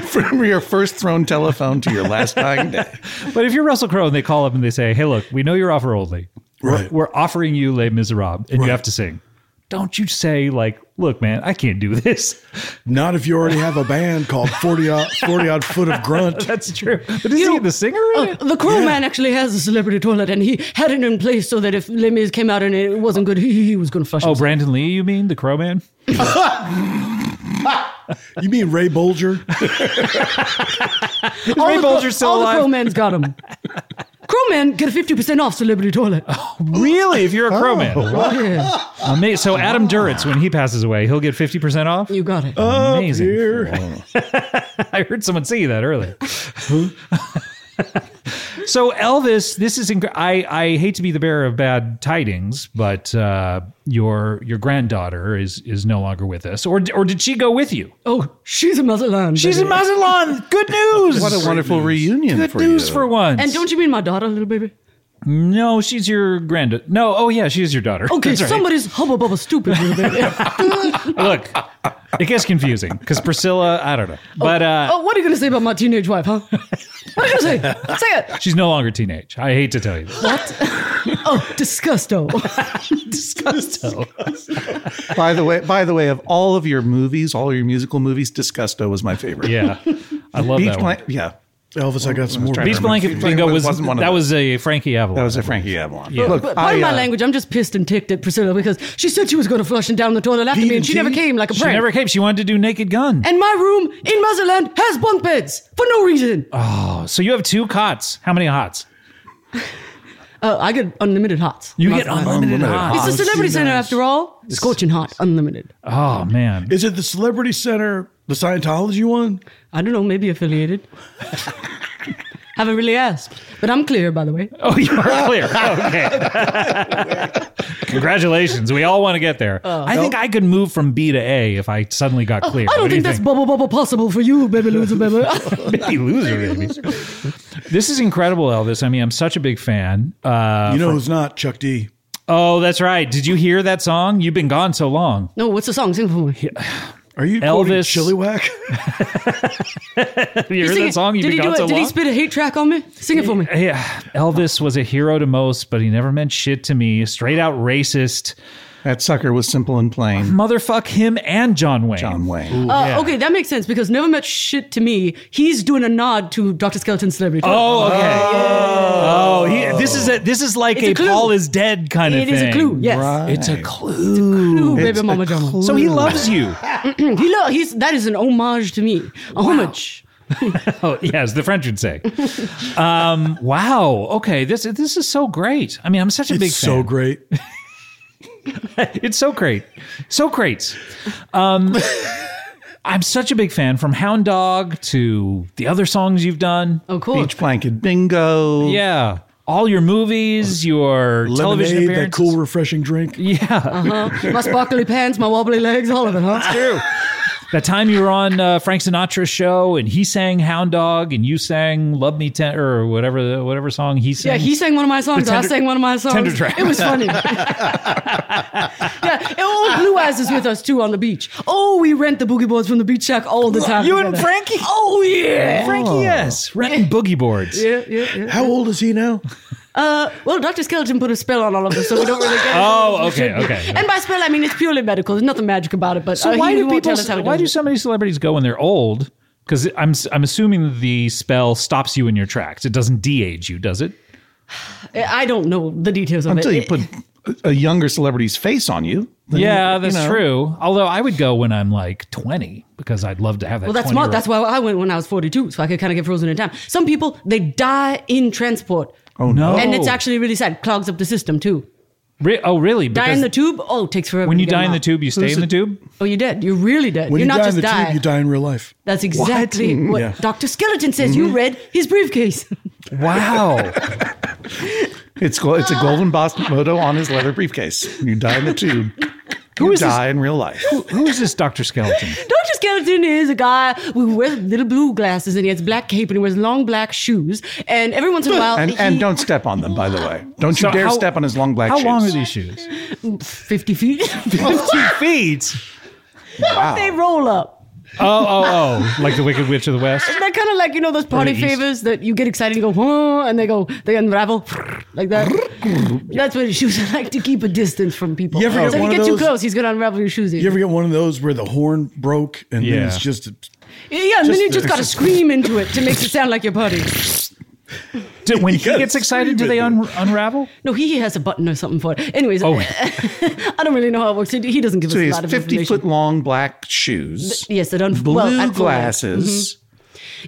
*laughs* From your first thrown telephone to your last dying
*laughs*
day.
But if you're Russell Crowe and they call up and they say, "Hey, look, we know you're offer only. We're-
Right.
We're, offering you Les Miserables, and you
Right.
have to sing." Don't you say like, "Look, man, I can't do this." *laughs*
Not if you already have a band called 40 odd, 40 odd foot of grunt.
That's true. But is he the singer? In
Oh,
it?
the Crow Man actually has a celebrity toilet, and he had it in place so that if Les Mis came out and it wasn't good, he, he was going to flush
Oh,
himself.
Brandon Lee, you mean the Crow Man?
You mean Ray Bolger?
all
Ray
the, Cro-
Bolger's still
all
alive?
the Crow Man's got
*laughs*
him. Crow Man get a fifty percent off celebrity toilet.
Really? If you're a
Oh.
Crow Man,
yeah,
Ama- so Adam Duritz, when he passes away, he'll get fifty percent off.
you got it.
Amazing. I heard someone say that
*laughs*
earlier. so Elvis, this is inc- I I hate to be the bearer of bad tidings, but uh, your your granddaughter is is no longer with us, or or did she go with you?
oh, she's a motherland.
She's in Mazatlan. Good news.
What a wonderful reunion
Good
for
news
you.
for once.
And don't you mean my daughter, little baby?
no, she's your granddaughter. No, oh yeah, she is your daughter.
Okay,
That's right.
somebody's hubba bubba stupid,
*laughs*
little baby.
Look, it gets confusing because Priscilla. I don't know, but uh,
oh, what are you going to say about my teenage wife, huh? What are you going to say? Say it.
she's no longer teenage. I hate to tell you. This.
What? *laughs* oh,
*laughs*
disgusto.
Disgusto.
By the way, by the way, of all of your movies, all your musical movies, Disgusto was my favorite.
Yeah, I love
Beach
that one.
Blanket. Yeah,
Elvis, I got some more.
trying to
Beach
Beach
remember.
Blanket
Beach
Bingo
Blanket
was
wasn't one of
that
them.
was a Frankie Avalon.
that was a Frankie Avalon.
Yeah.
Look,
But pardon
I,
my
uh,
language. I'm just pissed and ticked at Priscilla because she said she was going to flush and down the toilet after
He
me, and she
did?
never came like a
she
prank.
never came. She wanted to do Naked Gun.
and my room in Mazatlan has bunk beds for no reason.
so you have two cots. How many hots?
Uh, I get unlimited hots.
You get unlimited,
Unlimited
hots.
It's a celebrity
too
center
nice.
after all. Scorching hot, unlimited.
Oh man,
Is it the Celebrity Center, the Scientology one?
I don't know, maybe
*laughs*
affiliated. Haven't really asked, but I'm clear, by the way.
Oh, you are clear. Okay. *laughs* Congratulations. We all want to get there. I think I could move from B to A if I suddenly got clear.
Uh. Oh, I
What
don't
do you
think that's bubble bubble possible for you, baby loser, baby.
*laughs* baby loser. Baby. this is incredible, Elvis. I mean, I'm such a big fan. Uh,
you know who's not? Chuck D.
oh, that's right. Did you hear that song? You've been gone so long.
no, what's the song? Sing for me.
Are you
Elvis.
Elvis Chilliwack?
Have you
You
heard
sing
that
it.
song? You've
Did
been
he do
gone
it?
so
Did
long.
he spit a hate track on me? Sing it for me.
yeah, Elvis was a hero to most, but he never meant shit to me. Straight out racist.
that sucker was simple
*laughs*
and plain.
Motherfuck him and John Wayne.
John Wayne.
Uh,
yeah.
Okay, that makes sense because never meant shit to me. He's doing a nod to Dr. Skeleton's celebrity.
Oh, okay. Oh, he, this is a this is like
It's
a,
a clue.
Paul is dead kind of
it
thing.
is a clue. Yes,
It's a clue.
clue,
It's
baby,
a
mama, drama.
clue.
So he loves you.
*laughs* He lo- he's that is an homage to me. A homage.
Oh, yes, the French would say. Um, wow. Okay. This this is so great. I mean, I'm such a big
It's so
fan.
great.
It's so great. So great. *laughs* Um, I'm such a big fan from Hound Dog to the other songs you've done.
Oh, cool.
Beach Blanket Bingo.
Yeah. All your movies, your television
Lemonade, that
appearances.
cool, refreshing drink.
my sparkly pants, my wobbly legs, all of it,
*laughs*
huh?
true. That time you were on uh, Frank Sinatra's show and he sang Hound Dog and you sang Love Me Ten or whatever the- whatever song he sang.
Yeah, he sang one of my songs.
tender-
I sang one of my songs.
tender track.
It
*laughs*
was funny. *laughs* yeah, and old Blue Eyes is with us too on the beach. Oh, we rent the boogie boards from the beach shack all the time.
You and
together.
Frankie?
Oh yeah.
Frankie yes, renting boogie boards.
Yeah, yeah, yeah.
How old is he now?
Uh, well, Dr. Skeleton put a spell on all of us, so we don't really get it.
Oh,
We should
okay,
be.
okay.
And by spell, I mean it's purely medical. There's nothing magic about it, but
So
uh,
why
he
do
won't
people?
tell us how to
Why
do
do
it.
so many celebrities go when they're old? Because I'm I'm assuming the spell stops you in your tracks. It doesn't de-age you, does it?
I don't know the details of
Until
it.
you put a- a younger celebrity's face on you. then
yeah,
you
that's
know.
true. Although I would go when I'm like 20 because I'd love to have that.
Well, that's
20
smart. That's why I went when I was 42, so I could kind of get frozen in time. Some people they die in transport,
oh no,
and it's actually really sad. Clogs up the system too.
Re- oh really?
Die
Because
in the tube. Oh, it takes forever.
when
to
you
get
die in
them
the
out.
tube, you stay in the tube.
oh, you're dead. You're really dead.
When
you're
you
not
die in
just
the
die.
tube, you die in real life.
That's exactly what,
Yeah. Mm-hmm.
Doctor Skeleton says. You read his briefcase. *laughs*
*laughs* Wow.
It's go- it's a golden Boss moto on his leather briefcase. You die in the tube. you
is this-
die in real life.
Who is this Dr. Skeleton?
Dr. Skeleton is a guy who wears little blue glasses and he has a black cape and he wears long black shoes. And every
*laughs*
once in a while,
*laughs* And
he,
and don't step on them, by the way. Don't you
So
dare
how-
step on his long black
How
shoes.
long are these shoes?
50 feet, *laughs*
*laughs*
Two feet.
they roll up.
Oh, oh, oh! *laughs* Like the Wicked Witch of the West.
They're kind of like you know those party
the East.
favors that you get excited, you go, "Whoa," and they go, they unravel *laughs* like that.
*laughs*
That's what shoes are like to keep a distance from people.
You ever get
so if
one of
you get too
those-
close, he's gonna unravel your shoes.
You ever get one of those where the horn broke and
Yeah.
then it's just
yeah, yeah, and then
just-
you just gotta scream into it to make it sound like your party.
Do, when he
gotta
gets excited, do
scream
they
at
un- unravel?
No, he, he has a button or something for it. Anyways,
Oh.
I don't really know how it works. He he doesn't give
So
us
he
a
has
lot of
50
information.
foot long black shoes,
yes, they don't
blue
well, at full length.
glasses.
Mm-hmm.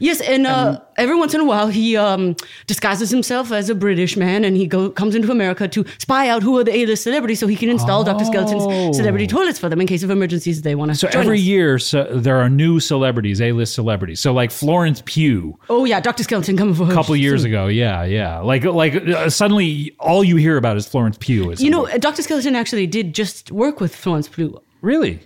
Yes, and uh, every once in a while he um, disguises himself as a British man and he go, comes into America to spy out who are the A-list celebrities so he can install Dr. Skeleton's celebrity toilets for them in case of emergencies they want to.
So every year, so there are new celebrities, A-list celebrities. So like Florence Pugh,
Oh, yeah, Dr. Skeleton coming for
a couple years ago, yeah, yeah. Like like uh, suddenly, all you hear about is Florence Pugh. Is
You know, uh, Dr. Skeleton actually did just work with Florence Pugh *laughs*
really?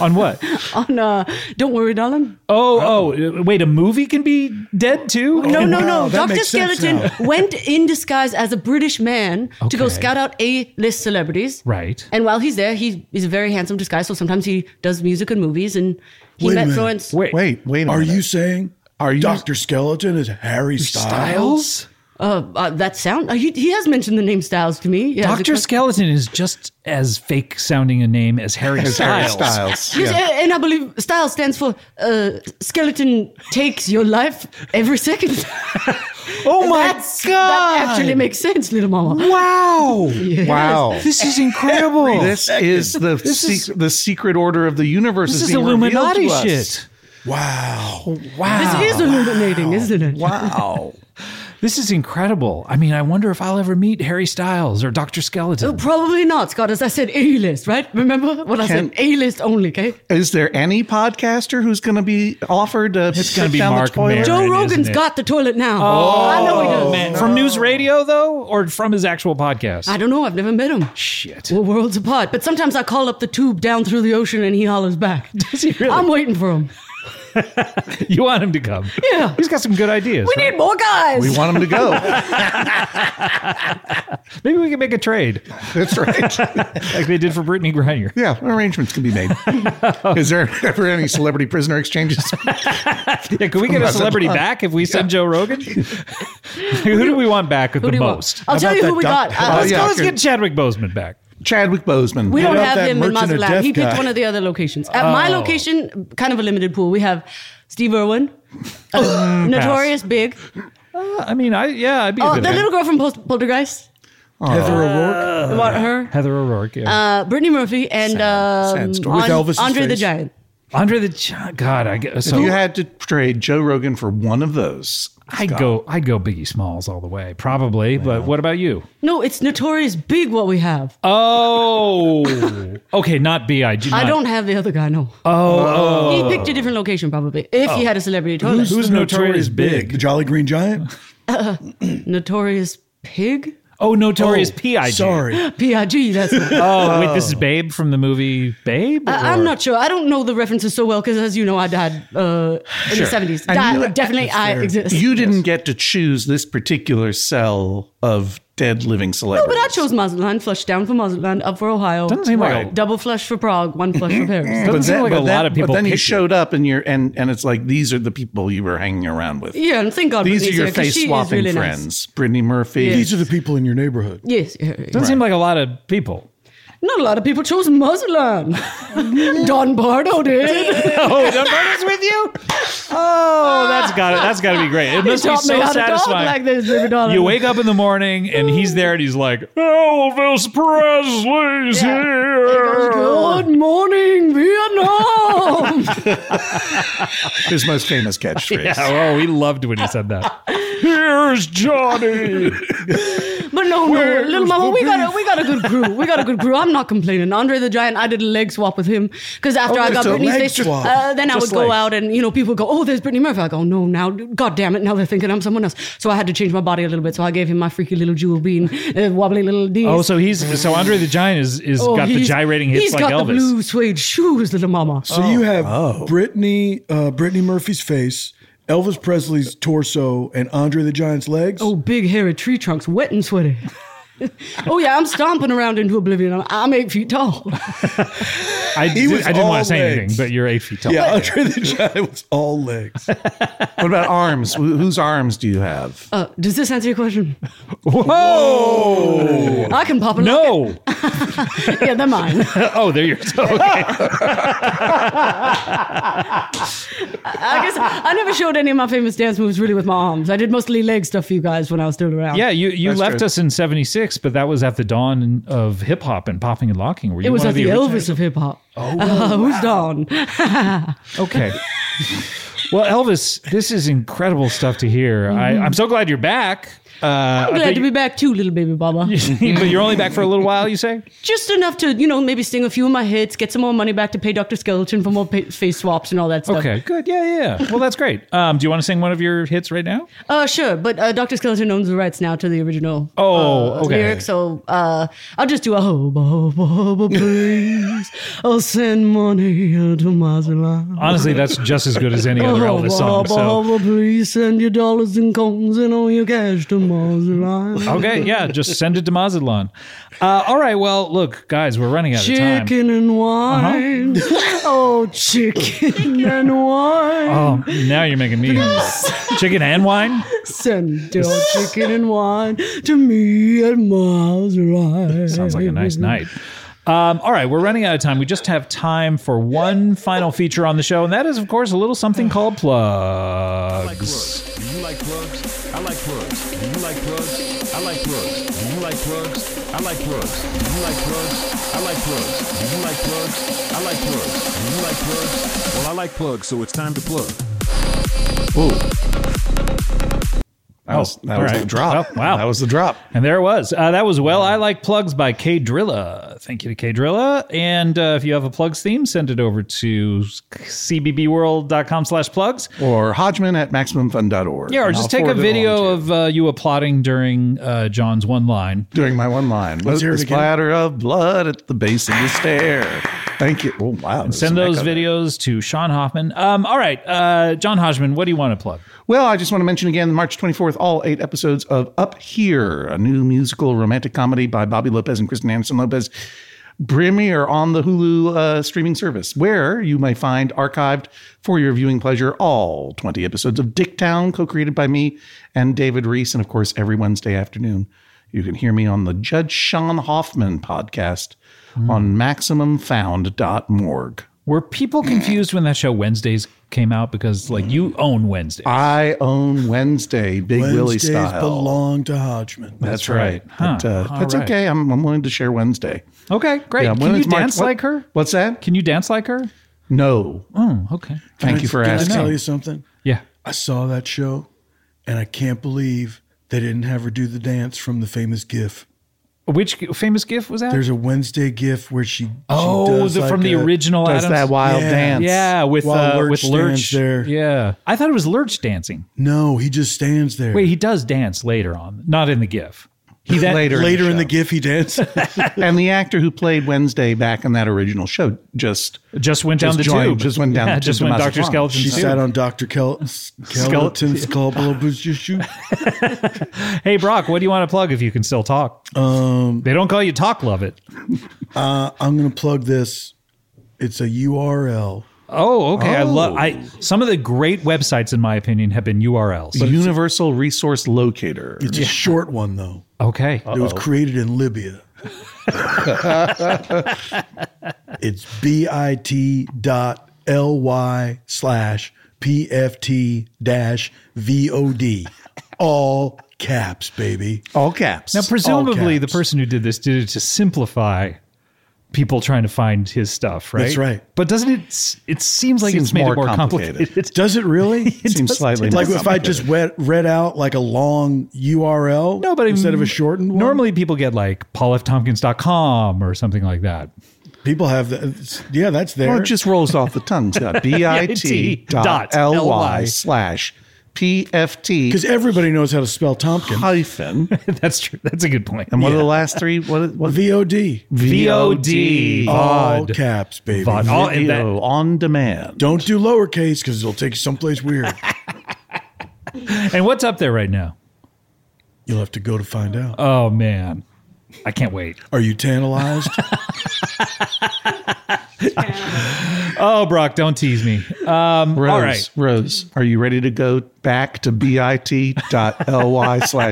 on what?
on uh, Don't Worry, Darling.
Oh, oh, wait, a movie can be dead too?
No, no,
wow,
no.
that
Dr.
makes sense
Skeleton
now.
went in disguise as a British man to go
Okay.
scout out A-list celebrities.
Right.
And while he's there, he is a very handsome disguise. So sometimes he does music and movies, and he
Wait a
met
minute.
Florence.
Wait, wait, wait a
Are
minute.
you saying
Are you-
Dr. Skeleton is Harry Styles?
Uh, uh, that sound? Uh, he, he has mentioned the name Styles to me. Yeah,
Doctor
because-
Skeleton is just as fake sounding a name as Harry
Harry
Styles.
Styles.
Yes,
Yeah.
uh, and I believe Styles stands for uh, Skeleton Takes Your Life Every Second. *laughs*
Oh my
That's- That actually makes sense, little mama.
Wow!
Wow.
This is incredible.
*laughs* This is the sec-
is-
the secret order of the universe.
this is
being revealed
Illuminati
to us.
shit.
Wow.
Oh,
Wow.
This is illuminating, isn't it?
Wow.
*laughs* This is incredible. I mean, I wonder if I'll ever meet Harry Styles or Dr. Skeleton.
Uh, Probably not, Scott, as I said, A-list, right? Remember what I
Can-
said? A-list only, okay?
is there any podcaster who's going to be offered a it's
gonna be
down
Mark
the toilet?
Maron.
Joe
isn't
Rogan's
it?
got the toilet now. Oh, I know he does.
From news radio, though, or from his actual podcast?
I don't know. I've never met him.
Shit. *laughs*
We're worlds apart. But sometimes I call up the tube down through the ocean and he hollers back.
Does he really?
I'm waiting for him.
you want him to come.
Yeah.
He's got some good ideas.
We
right?
need more guys.
We want him to go. *laughs*
Maybe we can make a trade
That's right.
like they did for Brittany Griner.
Yeah, arrangements can
*laughs*
be made. Is there ever any celebrity prisoner exchanges? *laughs*
Yeah, can we get a celebrity back if we send Joe *laughs* Rogan? Who do we want back the
Who do you want? Oh,
most?
I'll tell
about
you who
that
we
doc-
got. Uh,
Oh,
let's
yeah.
go-
Let's get Chadwick Boseman back.
Chadwick Boseman.
We don't
about
have
that
him in
Merchant of
Mazatlan.
Death
He picked
guy?
one of the other locations. At my
Oh.
location, kind of a limited pool, we have Steve Irwin, uh, Notorious Big,
Uh, I mean, I yeah, I'd be a
oh,
bit
the
of-
little girl from Post- Poltergeist.
Heather O'Rourke?
about her.
Heather O'Rourke. Yeah.
Uh, Brittany Murphy and um,
sad story.
With Elvis's
Andre the
face.
Giant.
Andre the Gi- God, I get, so
If you had to trade Joe Rogan for one of those,
I'd go I'd go Biggie Smalls all the way, probably. But what about you?
No, it's Notorious Big what we have.
*laughs* Oh, okay, not Big.
I don't have the other guy, no.
Oh,
He picked a different location, probably. If
Oh.
he had a celebrity toilet,
Who's
the
Notorious Big?
The Jolly Green Giant?
*laughs*
notorious pig, *laughs*
oh, Notorious
Oh,
P.I.G.
Sorry.
pig. That's. I,
Oh, wait, this is Babe from the movie Babe.
Uh, I'm
Or-
not sure. I don't know the references so well because, as you know, I died uh, in the 70s.
And
Di-
you-
definitely, I exist.
you didn't get to choose this particular cell of dead living
but
celebrities.
I chose Mazatlan, flush down for Mazatlan, up for Ohio.
Doesn't seem like a-
double flush for Prague, one flush for
Mm-hmm.
Paris.
Doesn't seem
That-
like
but
a
that-
lot of people.
But then you
picked it.
showed up, and you're and and it's like these are the people you were hanging around with.
yeah, and thank God
These are
Whitney's
your
here, 'cause she
face
is
swapping
really nice.
friends, Brittany Murphy.
These are the people in your neighborhood.
Yes, yeah, yeah.
Doesn't seem like a lot of people.
not a lot of people chose Mazatlan. Don Bardo did.
Oh, the murder's with you? *laughs* Oh, that's got it. That's got to be great. It
He
must be
taught me
so
how to talk
satisfying.
like this, David Dolan.
you wake up in the morning and he's there and he's like, Elvis Presley's
Yeah.
here.
Good morning, Vietnam.
His most famous *laughs* catchphrase.
Yeah, oh, we loved when he said
*laughs*
that. Here's Johnny.
But no, no, little mama, we got a we got a good crew. We got a good crew. I'm not complaining. Andre the Giant, I did a leg swap with him because after I got
so
Britney's
leg
face,
swap.
uh, then I would
Just
go
legs.
out and you know people go, oh, there's Brittany Murphy. I go, no, now, god damn it, now they're thinking I'm someone else. So I had to change my body a little bit. So I gave him my freaky little jewel bean, uh, wobbly little D.
Oh, so he's so Andre the Giant is is
Oh,
got the
he's-
gyrating hits
he's
like
got
Elvis.
the blue suede shoes, little mama.
So
Oh.
you have Brittany, uh, Brittany Murphy's face, Elvis Presley's torso, and Andre the Giant's legs.
Oh, big hairy tree trunks, wet and sweaty. *laughs* Oh yeah, I'm stomping around into oblivion. I'm, I'm eight feet tall.
I,
He was
I didn't want
all
to say
legs.
anything, but you're E eight feet tall.
Yeah, Andre the Giant was all legs.
What about arms? Wh- Whose arms do you have?
Oh.
Uh, does this answer your question?
*laughs* Whoa!
I can pop a lock
No!
it. Yeah, they're mine.
*laughs* oh, there you're. *laughs* Okay.
I guess I never showed any of my famous dance moves really with my arms. I did mostly leg stuff for you guys when I was still around.
Yeah, you, you
That's
left
true.
us in '76, but that was at the dawn of hip hop and popping and locking. Were you
It was
one
at
of
the
original-
Elvis of hip hop. *laughs* Oh, who's Don? *laughs*
Okay. well, Elvis, this is incredible stuff to hear. I, I'm so glad you're back. Uh,
Mm-hmm. I'm glad to be back too, little baby
*laughs*
Baba.
but you're only back for a little while, you say?
Just enough to, you know, maybe sing a few of my hits, get some more money back to pay Dr. Skeleton for more pa- face swaps and all that *laughs* stuff.
Okay, good. Yeah, yeah. yeah. Well, that's great. Um, do you want to sing one of your hits right now?
Uh, sure, but uh, Dr. Skeleton owns the rights now to the original
Oh,
uh,
okay.
lyrics, so uh, I'll just do a hobo, hobo,
*laughs*
hobo, please. I'll send money to Maserati.
Honestly, that's just as good as any
*laughs*
other
hobo,
Elvis song.
hobo,
So,
hobo, please send your dollars and cones and all your cash to Maserati.
okay, yeah, just send it to Mazatlan. Uh, all right. Well, look, guys, we're running out of time. Uh-huh.
Chicken and wine.
*laughs*
Oh, chicken and wine.
Oh, now you're making
*laughs*
me chicken and wine.
Send your chicken and wine to me at Maserati.
Sounds like a nice night. Um, all right, we're running out of time. We just have time for one final feature on the show, and that is, of course, a little something called plugs.
Do you like plugs? I like plugs. Do you like plugs? I like plugs. Do you like plugs? I like plugs. Do you like plugs? I like plugs. Do you like plugs? I like plugs. Do you like plugs? Well, I like plugs, so it's time to plug.
That was, that
all
was
right.
the
Oh,
drop.
wow.
That was the drop.
And there it was. Uh, that was Well I Like Plugs by K Drilla. Thank you to K Drilla. And uh, if you have a plugs theme, send it over to cbbworld.com slash plugs.
Or Hodgman at MaximumFun.org.
Yeah, or
And I'll
just take a
forward it along
video
to you.
of uh, you applauding during uh, John's one line.
Doing my one line. Let's
hear it
the
again.
splatter of blood at the base of the stair. Thank you. Oh, wow. there's
Send
some
those
echo there.
videos to Sean Hoffman. Um, all right, uh, John Hodgman, what do you want to plug?
Well, I just want to mention again, March 24th, all eight episodes of Up Here, a new musical romantic comedy by Bobby Lopez and Kristen Anderson Lopez, premiere on the Hulu uh, streaming service, where you may find archived for your viewing pleasure all 20 episodes of Dicktown, co created by me and David Reese. And of course, every Wednesday afternoon, you can hear me on the Judge Sean Hoffman podcast
Hmm.
on maximumfound.org.
Were people confused when that show Wednesdays came out because like you own Wednesday?
I own Wednesday, Big Willie
Wednesdays
style.
belong to Hodgman.
That's right.
Huh.
But, uh,
All
that's
right.
okay. I'm, I'm willing to share Wednesday.
Okay, great.
Yeah, I'm
Can
willing
you
to march-
dance
what-
like her?
What's that?
Can you dance like her?
No.
Oh, okay.
Thank you for
Can I
asking.
tell you something?
Yeah.
I saw that show, and I can't believe they didn't have her do the dance from the famous GIF.
Which g- famous GIF was that?
There's a Wednesday GIF where she. she
oh,
does
the,
like
from the
a-
original
Does
Adams.
that wild
Yeah.
dance?
yeah, with
While
uh,
Lurch
with Lurch
stands there.
Yeah, I thought it was Lurch dancing.
No, he just stands there.
Wait, he does dance later on, not in the GIF. He that
later.
later in
in
the GIF he dances.
*laughs*
show. and the actor who played Wednesday back in that original show just
just went down
Just
the
joined-
tube.
just went down
Yeah,
the
just
tube to
went Doctor
Mazatlan.
Skeleton.
she sat on Doctor Kel- Skeleton Skeleton.
Hey Brock, what do you want to plug if you can still talk? Um, they don't call you Talk Love It.
I'm going to plug this. It's a URL.
Oh, okay. I love. I some of the great websites, in my opinion, have been URLs.
Universal Resource Locator.
It's a short one though.
Okay.
It was created
*laughs*
in Libya. it's bit dot ly slash pft dash vod. All caps, baby.
All caps.
Now, presumably, the
all caps.
person who did this did it to simplify people trying to find his stuff, right?
That's right.
But doesn't it? s- It seems like
Seems
it's made
more
it more
complicated.
complicated.
Does it really?
it seems
does-
slightly
like
more
if I just read, read out like a long URL
No, but I
instead of a
mean,
shortened
*laughs*
one.
Normally, people get like paulftompkins.com or something like that. *laughs*
people have that. Yeah, that's there.
Well, it just rolls off the
*laughs*
tongue. Scott.
Bit
bit dot
dot
ly
ly.
slash pft
*laughs*
because everybody knows how to spell Tompkins.
hyphen.
That's true. That's a good point.
And what are the last three? What?
*laughs*
what
VOD.
VOD.
Oh, All
VOD.
caps, baby.
VOD. All- Oh, and that-
Video on demand.
Don't do lowercase because it'll take you someplace
*laughs*
weird.
and what's up there right now? Uh,
You'll have to go to find out.
Oh man. I can't wait.
Are
*laughs*
you tantalized?
Oh, Brock, don't tease me.
Rose,
all right.
Rose, are you ready to go back to
*laughs*
bit.ly slash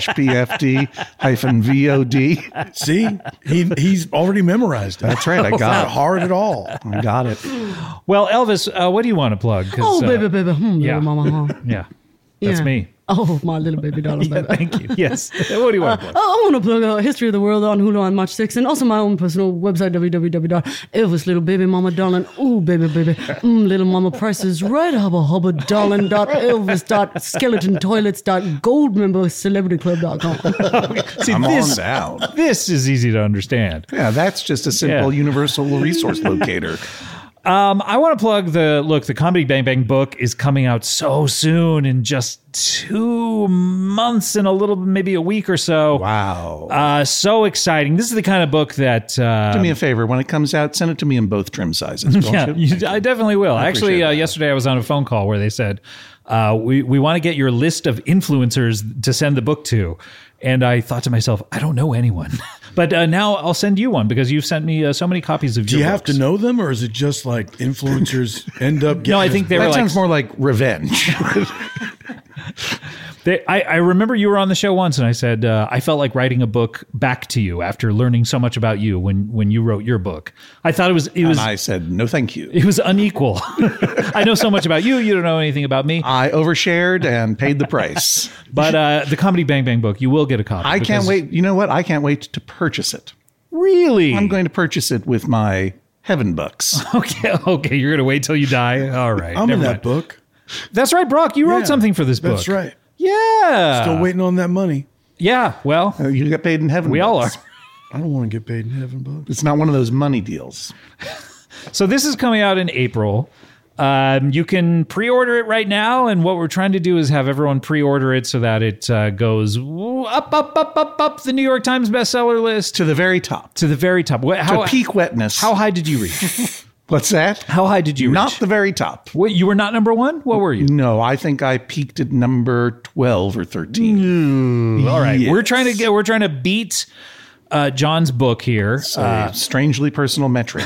pfd hyphen vod?
See, he he's already memorized it.
That's right. I
It's not
got
hard at all.
it. I got it.
Well, Elvis, uh, what do you want to plug? 'Cause,
Oh,
uh,
baby, baby. Hmm,
yeah.
little mama, huh?
Yeah, that's
Yeah. *laughs*
me.
Oh, my little
*laughs*
baby darling baby.
Thank you. Yes. *laughs* what do you want to plug?
*laughs* Oh, I want to plug uh, History of the World on Hulu on March 6th and also my own personal website, www.elvis little baby mama darling. Ooh,
*laughs*
baby, baby. Mm, little mama prices right hubba hubba darling dot elvis dot skeleton toilets dot goldmember celebrity club dot com.
*laughs* See,
I'm
this,
on down.
this is easy to understand.
Yeah, that's just a simple
Yeah.
universal resource *laughs* locator.
Um, I want to plug the look. The Comedy Bang Bang book is coming out so soon in just two months and a little, maybe a week or so.
Wow.
Uh, so exciting! This is the kind of book that uh,
Do me a favor. When it comes out, send it to me in both trim
*laughs*
sizes. Won't
yeah,
you?
you- I definitely will. Actually,
appreciate
uh,
that.
yesterday I was on a phone call where they said, uh, "We we want to get your list of influencers to send the book to," and I thought to myself, "I don't know anyone," *laughs* but uh, now I'll send you one because you've sent me uh, so many copies of.
Do
your
you have to
books.
know them, or is it just
*laughs*
like influencers end up? Getting
No, I think they were
That
like.
sounds more like
*laughs*
revenge.
They, I, I remember you were on the show once, and I said uh, I felt like writing a book back to you after learning so much about you when when you wrote your book. I thought it was it was
and I said, no, thank you.
it was unequal. *laughs* I know so much about you. You don't know anything about me.
I overshared and paid the price.
*laughs* But uh, the comedy Bang Bang book, you will get a copy.
I can't
because-
wait. You know what? I can't wait to purchase it.
Really?
I'm going to purchase it with my heaven bucks.
*laughs* Okay, okay. You're gonna wait till you die. All right.
I'm in
never
that
mind.
book.
That's right, Brock. You wrote
Yeah,
something for this book.
That's right.
Yeah.
Still waiting on that money.
Yeah. Well,
Oh, You get paid in heaven.
we
*laughs*
all are.
bucks.
I don't want to get paid in heaven, but
It's not one of those money deals.
So this is coming out in April. Um, you can pre-order it right now, and what we're trying to do is have everyone pre-order it so that it uh, goes up, up, up, up, up the New York Times bestseller list
To the very top,
to
to
the very top. What, how,
peak wetness.
how high did you reach?
What's that?
How high did you reach?
not the very top.
What, you were not number one. What were you?
No, I think I peaked at number 12 or 13.
All right,
Yes.
we're trying to get. We're trying to beat uh, John's book here.
So, uh, strangely personal
*laughs*
metric.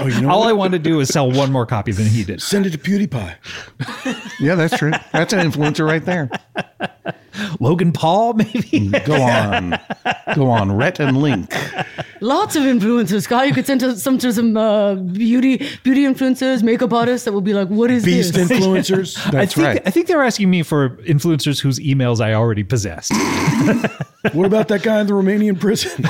oh, you know,
All
what?
I wanted to do was sell one more copy than he did.
send it to PewDiePie.
yeah, that's true. That's an influencer right there.
*laughs* Logan Paul, maybe? *laughs*
Go on. Go on. Rhett and Link.
Lots of influencers, Scott. You could send to, some to some uh, beauty beauty influencers, makeup artists that would be like, "What is
Beast
this?"
influencers.
I
That's
think,
right.
uh,
I think they're asking me for influencers whose emails I already *laughs* possessed.
what about that guy in the Romanian prison?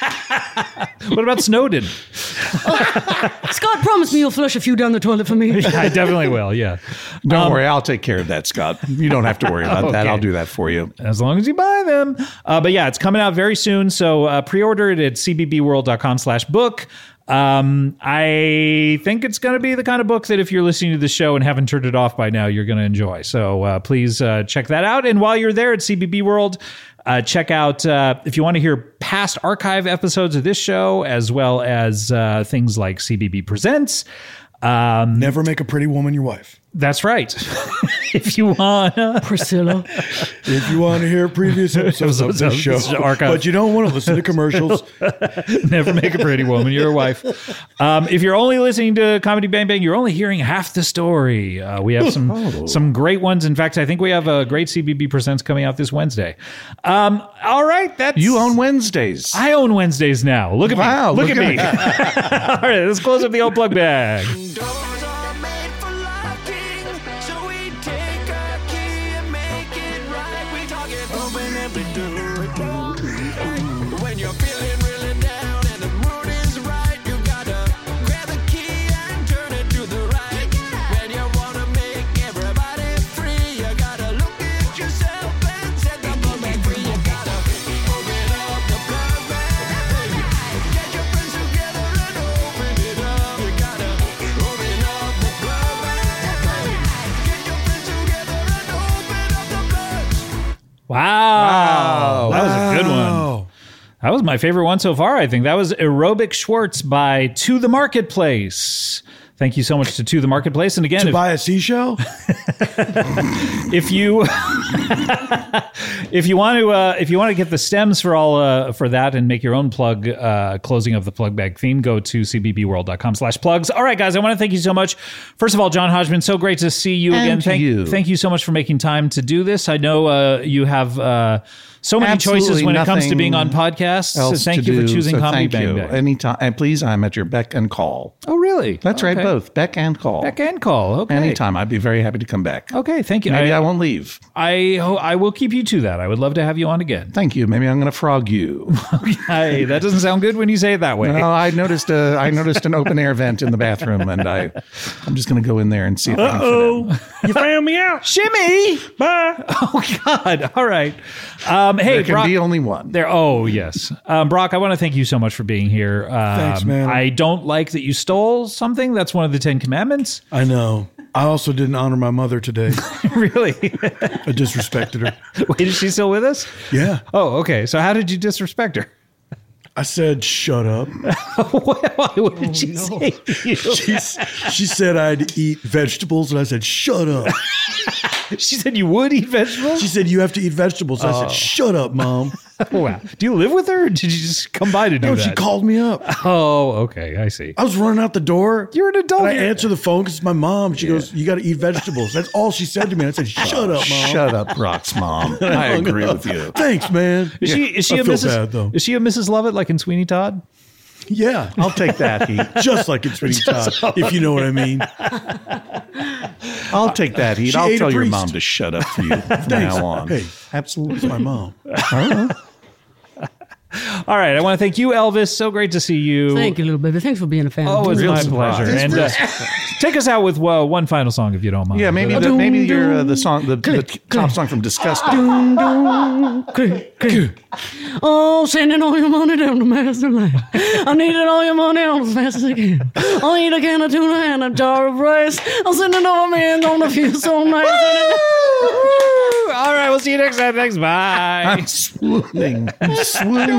what about Snowden?
Scott, promise me you'll flush a few down the toilet for
*laughs*
me.
*laughs* I definitely will. Yeah,
Don't
um,
worry. I'll take care of that, Scott. You don't have to
*laughs*
worry about that.
Okay.
I'll do that for you.
as long as you buy them. Uh, but yeah, it's coming out very soon. So uh, pre-order it at cbbworld.com/book. Um, I think it's going to be the kind of book that if you're listening to the show and haven't turned it off by now, you're going to enjoy. So uh, please uh, check that out. And while you're there at CBB World, uh, check out uh, if you want to hear past archive episodes of this show, as well as uh, things like CBB Presents. Um,
Never make a pretty woman your wife.
that's right. *laughs* if you want
Priscilla,
If you want to hear previous episodes of
Episodes
this
of
show,
this archive.
but you don't want to
*laughs*
listen to commercials,
Never make a pretty woman your wife. Um, if you're only listening to Comedy Bang Bang, you're only hearing half the story. Uh, we have some some great ones. In fact, I think we have a great CBB Presents coming out this Wednesday. Um, all right, that's
You own Wednesdays.
I own Wednesdays now. Look at
Wow,
me. Look,
look
at,
at
me. *laughs* all right, let's close up the old plug bag.
Doors are made for locking, so we take our key and make it right. We talk it open every door. When you're feeling really down and the mood is right, you gotta grab the key and turn it to the right. When you wanna make everybody free, you gotta look at yourself and set the moment free. You gotta open up the plug bag. Get your friends together and open it up. You gotta open up the plug bag. Get your friends together and open up the plug.
Wow. That was a good one. That was my favorite one so far, I think. That was Aerobic Schwartz by To the Marketplace. Thank you so much to To the Marketplace. And again,
to
if-
buy a seashell?
if you *laughs* if you want to uh, if you want to get the stems for all uh, for that and make your own plug uh, closing of the plug bag theme go to cbbworld.com slash plugs all right guys i want to thank you so much first of all john hodgman so great to see you
And
again
to
thank
you.
thank you so much for making time to do this i know uh, you have uh, so many choices
Absolutely
when it comes to being on
nothing
podcasts so
Else
thank
to
you for
do,
choosing
so
comedy
thank
bang
you.
bang
Anytime, and please, I'm at your beck and call.
oh really
That's right,
Okay.
both beck and call.
Back and call Oh, okay
Anytime, I'd be very happy to come back.
okay thank you
Maybe I,
I,
won't leave.
I, ho- I will keep you to that i would love to have you on again
Thank you. Maybe I'm going to
*laughs*
frog you.
Hey, that doesn't sound good when you say it that way.
well, I noticed a, I noticed an open air vent in the bathroom, and I I'm just going to go in there and see if I can fit in.
Oh, you found me out.
Shimmy! *laughs*
Bye.
Oh God! All right. Um, hey,
There can
Brock.
be only one.
there. Oh yes, um, Brock. I want to thank you so much for being here. Um,
Thanks, man.
I don't like that you stole something. That's one of the Ten
*laughs*
Commandments.
I know. I also didn't honor my mother today.
really? *laughs*
I disrespected her.
Wait, is she still with us?
Yeah.
Oh, okay. So how did you disrespect her? *laughs*
I said, shut up.
Why would she say you?
Oh, *laughs* She, s- she said I'd eat vegetables, and I said, shut up.
She said you would eat vegetables.
She said, you have to eat vegetables. I
Oh.
said, shut
*laughs*
up, mom.
wow. Do you live with her? Or did you just come by to do
No,
that?
she called me up.
oh, okay. I see.
I was running out the door.
You're an adult.
And I
You're-
answer the phone because it's my mom. She goes, "You got to eat vegetables." That's all she said to me. I said, "Shut up, mom."
Shut up,
*laughs*
Brock's mom. I agree
*laughs*
with you.
Thanks, man.
Is she is she
I
a
feel
Mrs.
bad, though.
Is she a Mrs. Lovett like in Sweeney Todd?
Yeah,
I'll take that heat.
*laughs*
just like it's Sweeney Todd, if you know what I mean.
I'll take that heat.
She
I'll
ate a
tell your
priest.
mom to shut up
*laughs*
for you from now on.
Hey, absolutely, my mom.
All right, I want to thank you, Elvis. So great to see you.
Thank you, little baby. Thanks for being a fan.
Oh, it's
Real
my
surprise.
pleasure. And uh, take us out with uh, one final song if you don't mind. *laughs*
Yeah, maybe the, maybe your uh, the song the, the top song from Disgusting.
Dun, dun, click, click. Oh, sending all your money down to Masterland. I needed all your money on as fast as I can. I'll eat a can of tuna and a jar of rice. I'll send it all man gonna feel so nice.
All right, we'll see you next time. Thanks. Bye.
I'm swooning. I'm swooning.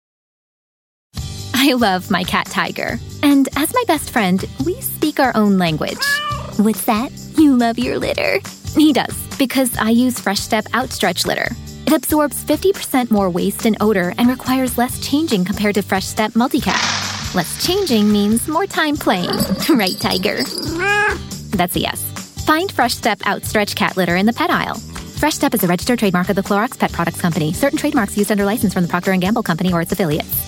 I love my cat Tiger. And as my best friend, we speak our own language. What's that? You love your litter. He does, because I use Fresh Step Outstretch Litter. It absorbs 50% more waste and odor and requires less changing compared to Fresh Step Multicat. Less changing means more time playing, right, Tiger? That's a yes. Find Fresh Step Outstretch Cat Litter in the pet aisle. Fresh Step is a registered trademark of the Clorox Pet Products Company. Certain trademarks used under license from the Procter & Gamble Company or its affiliates.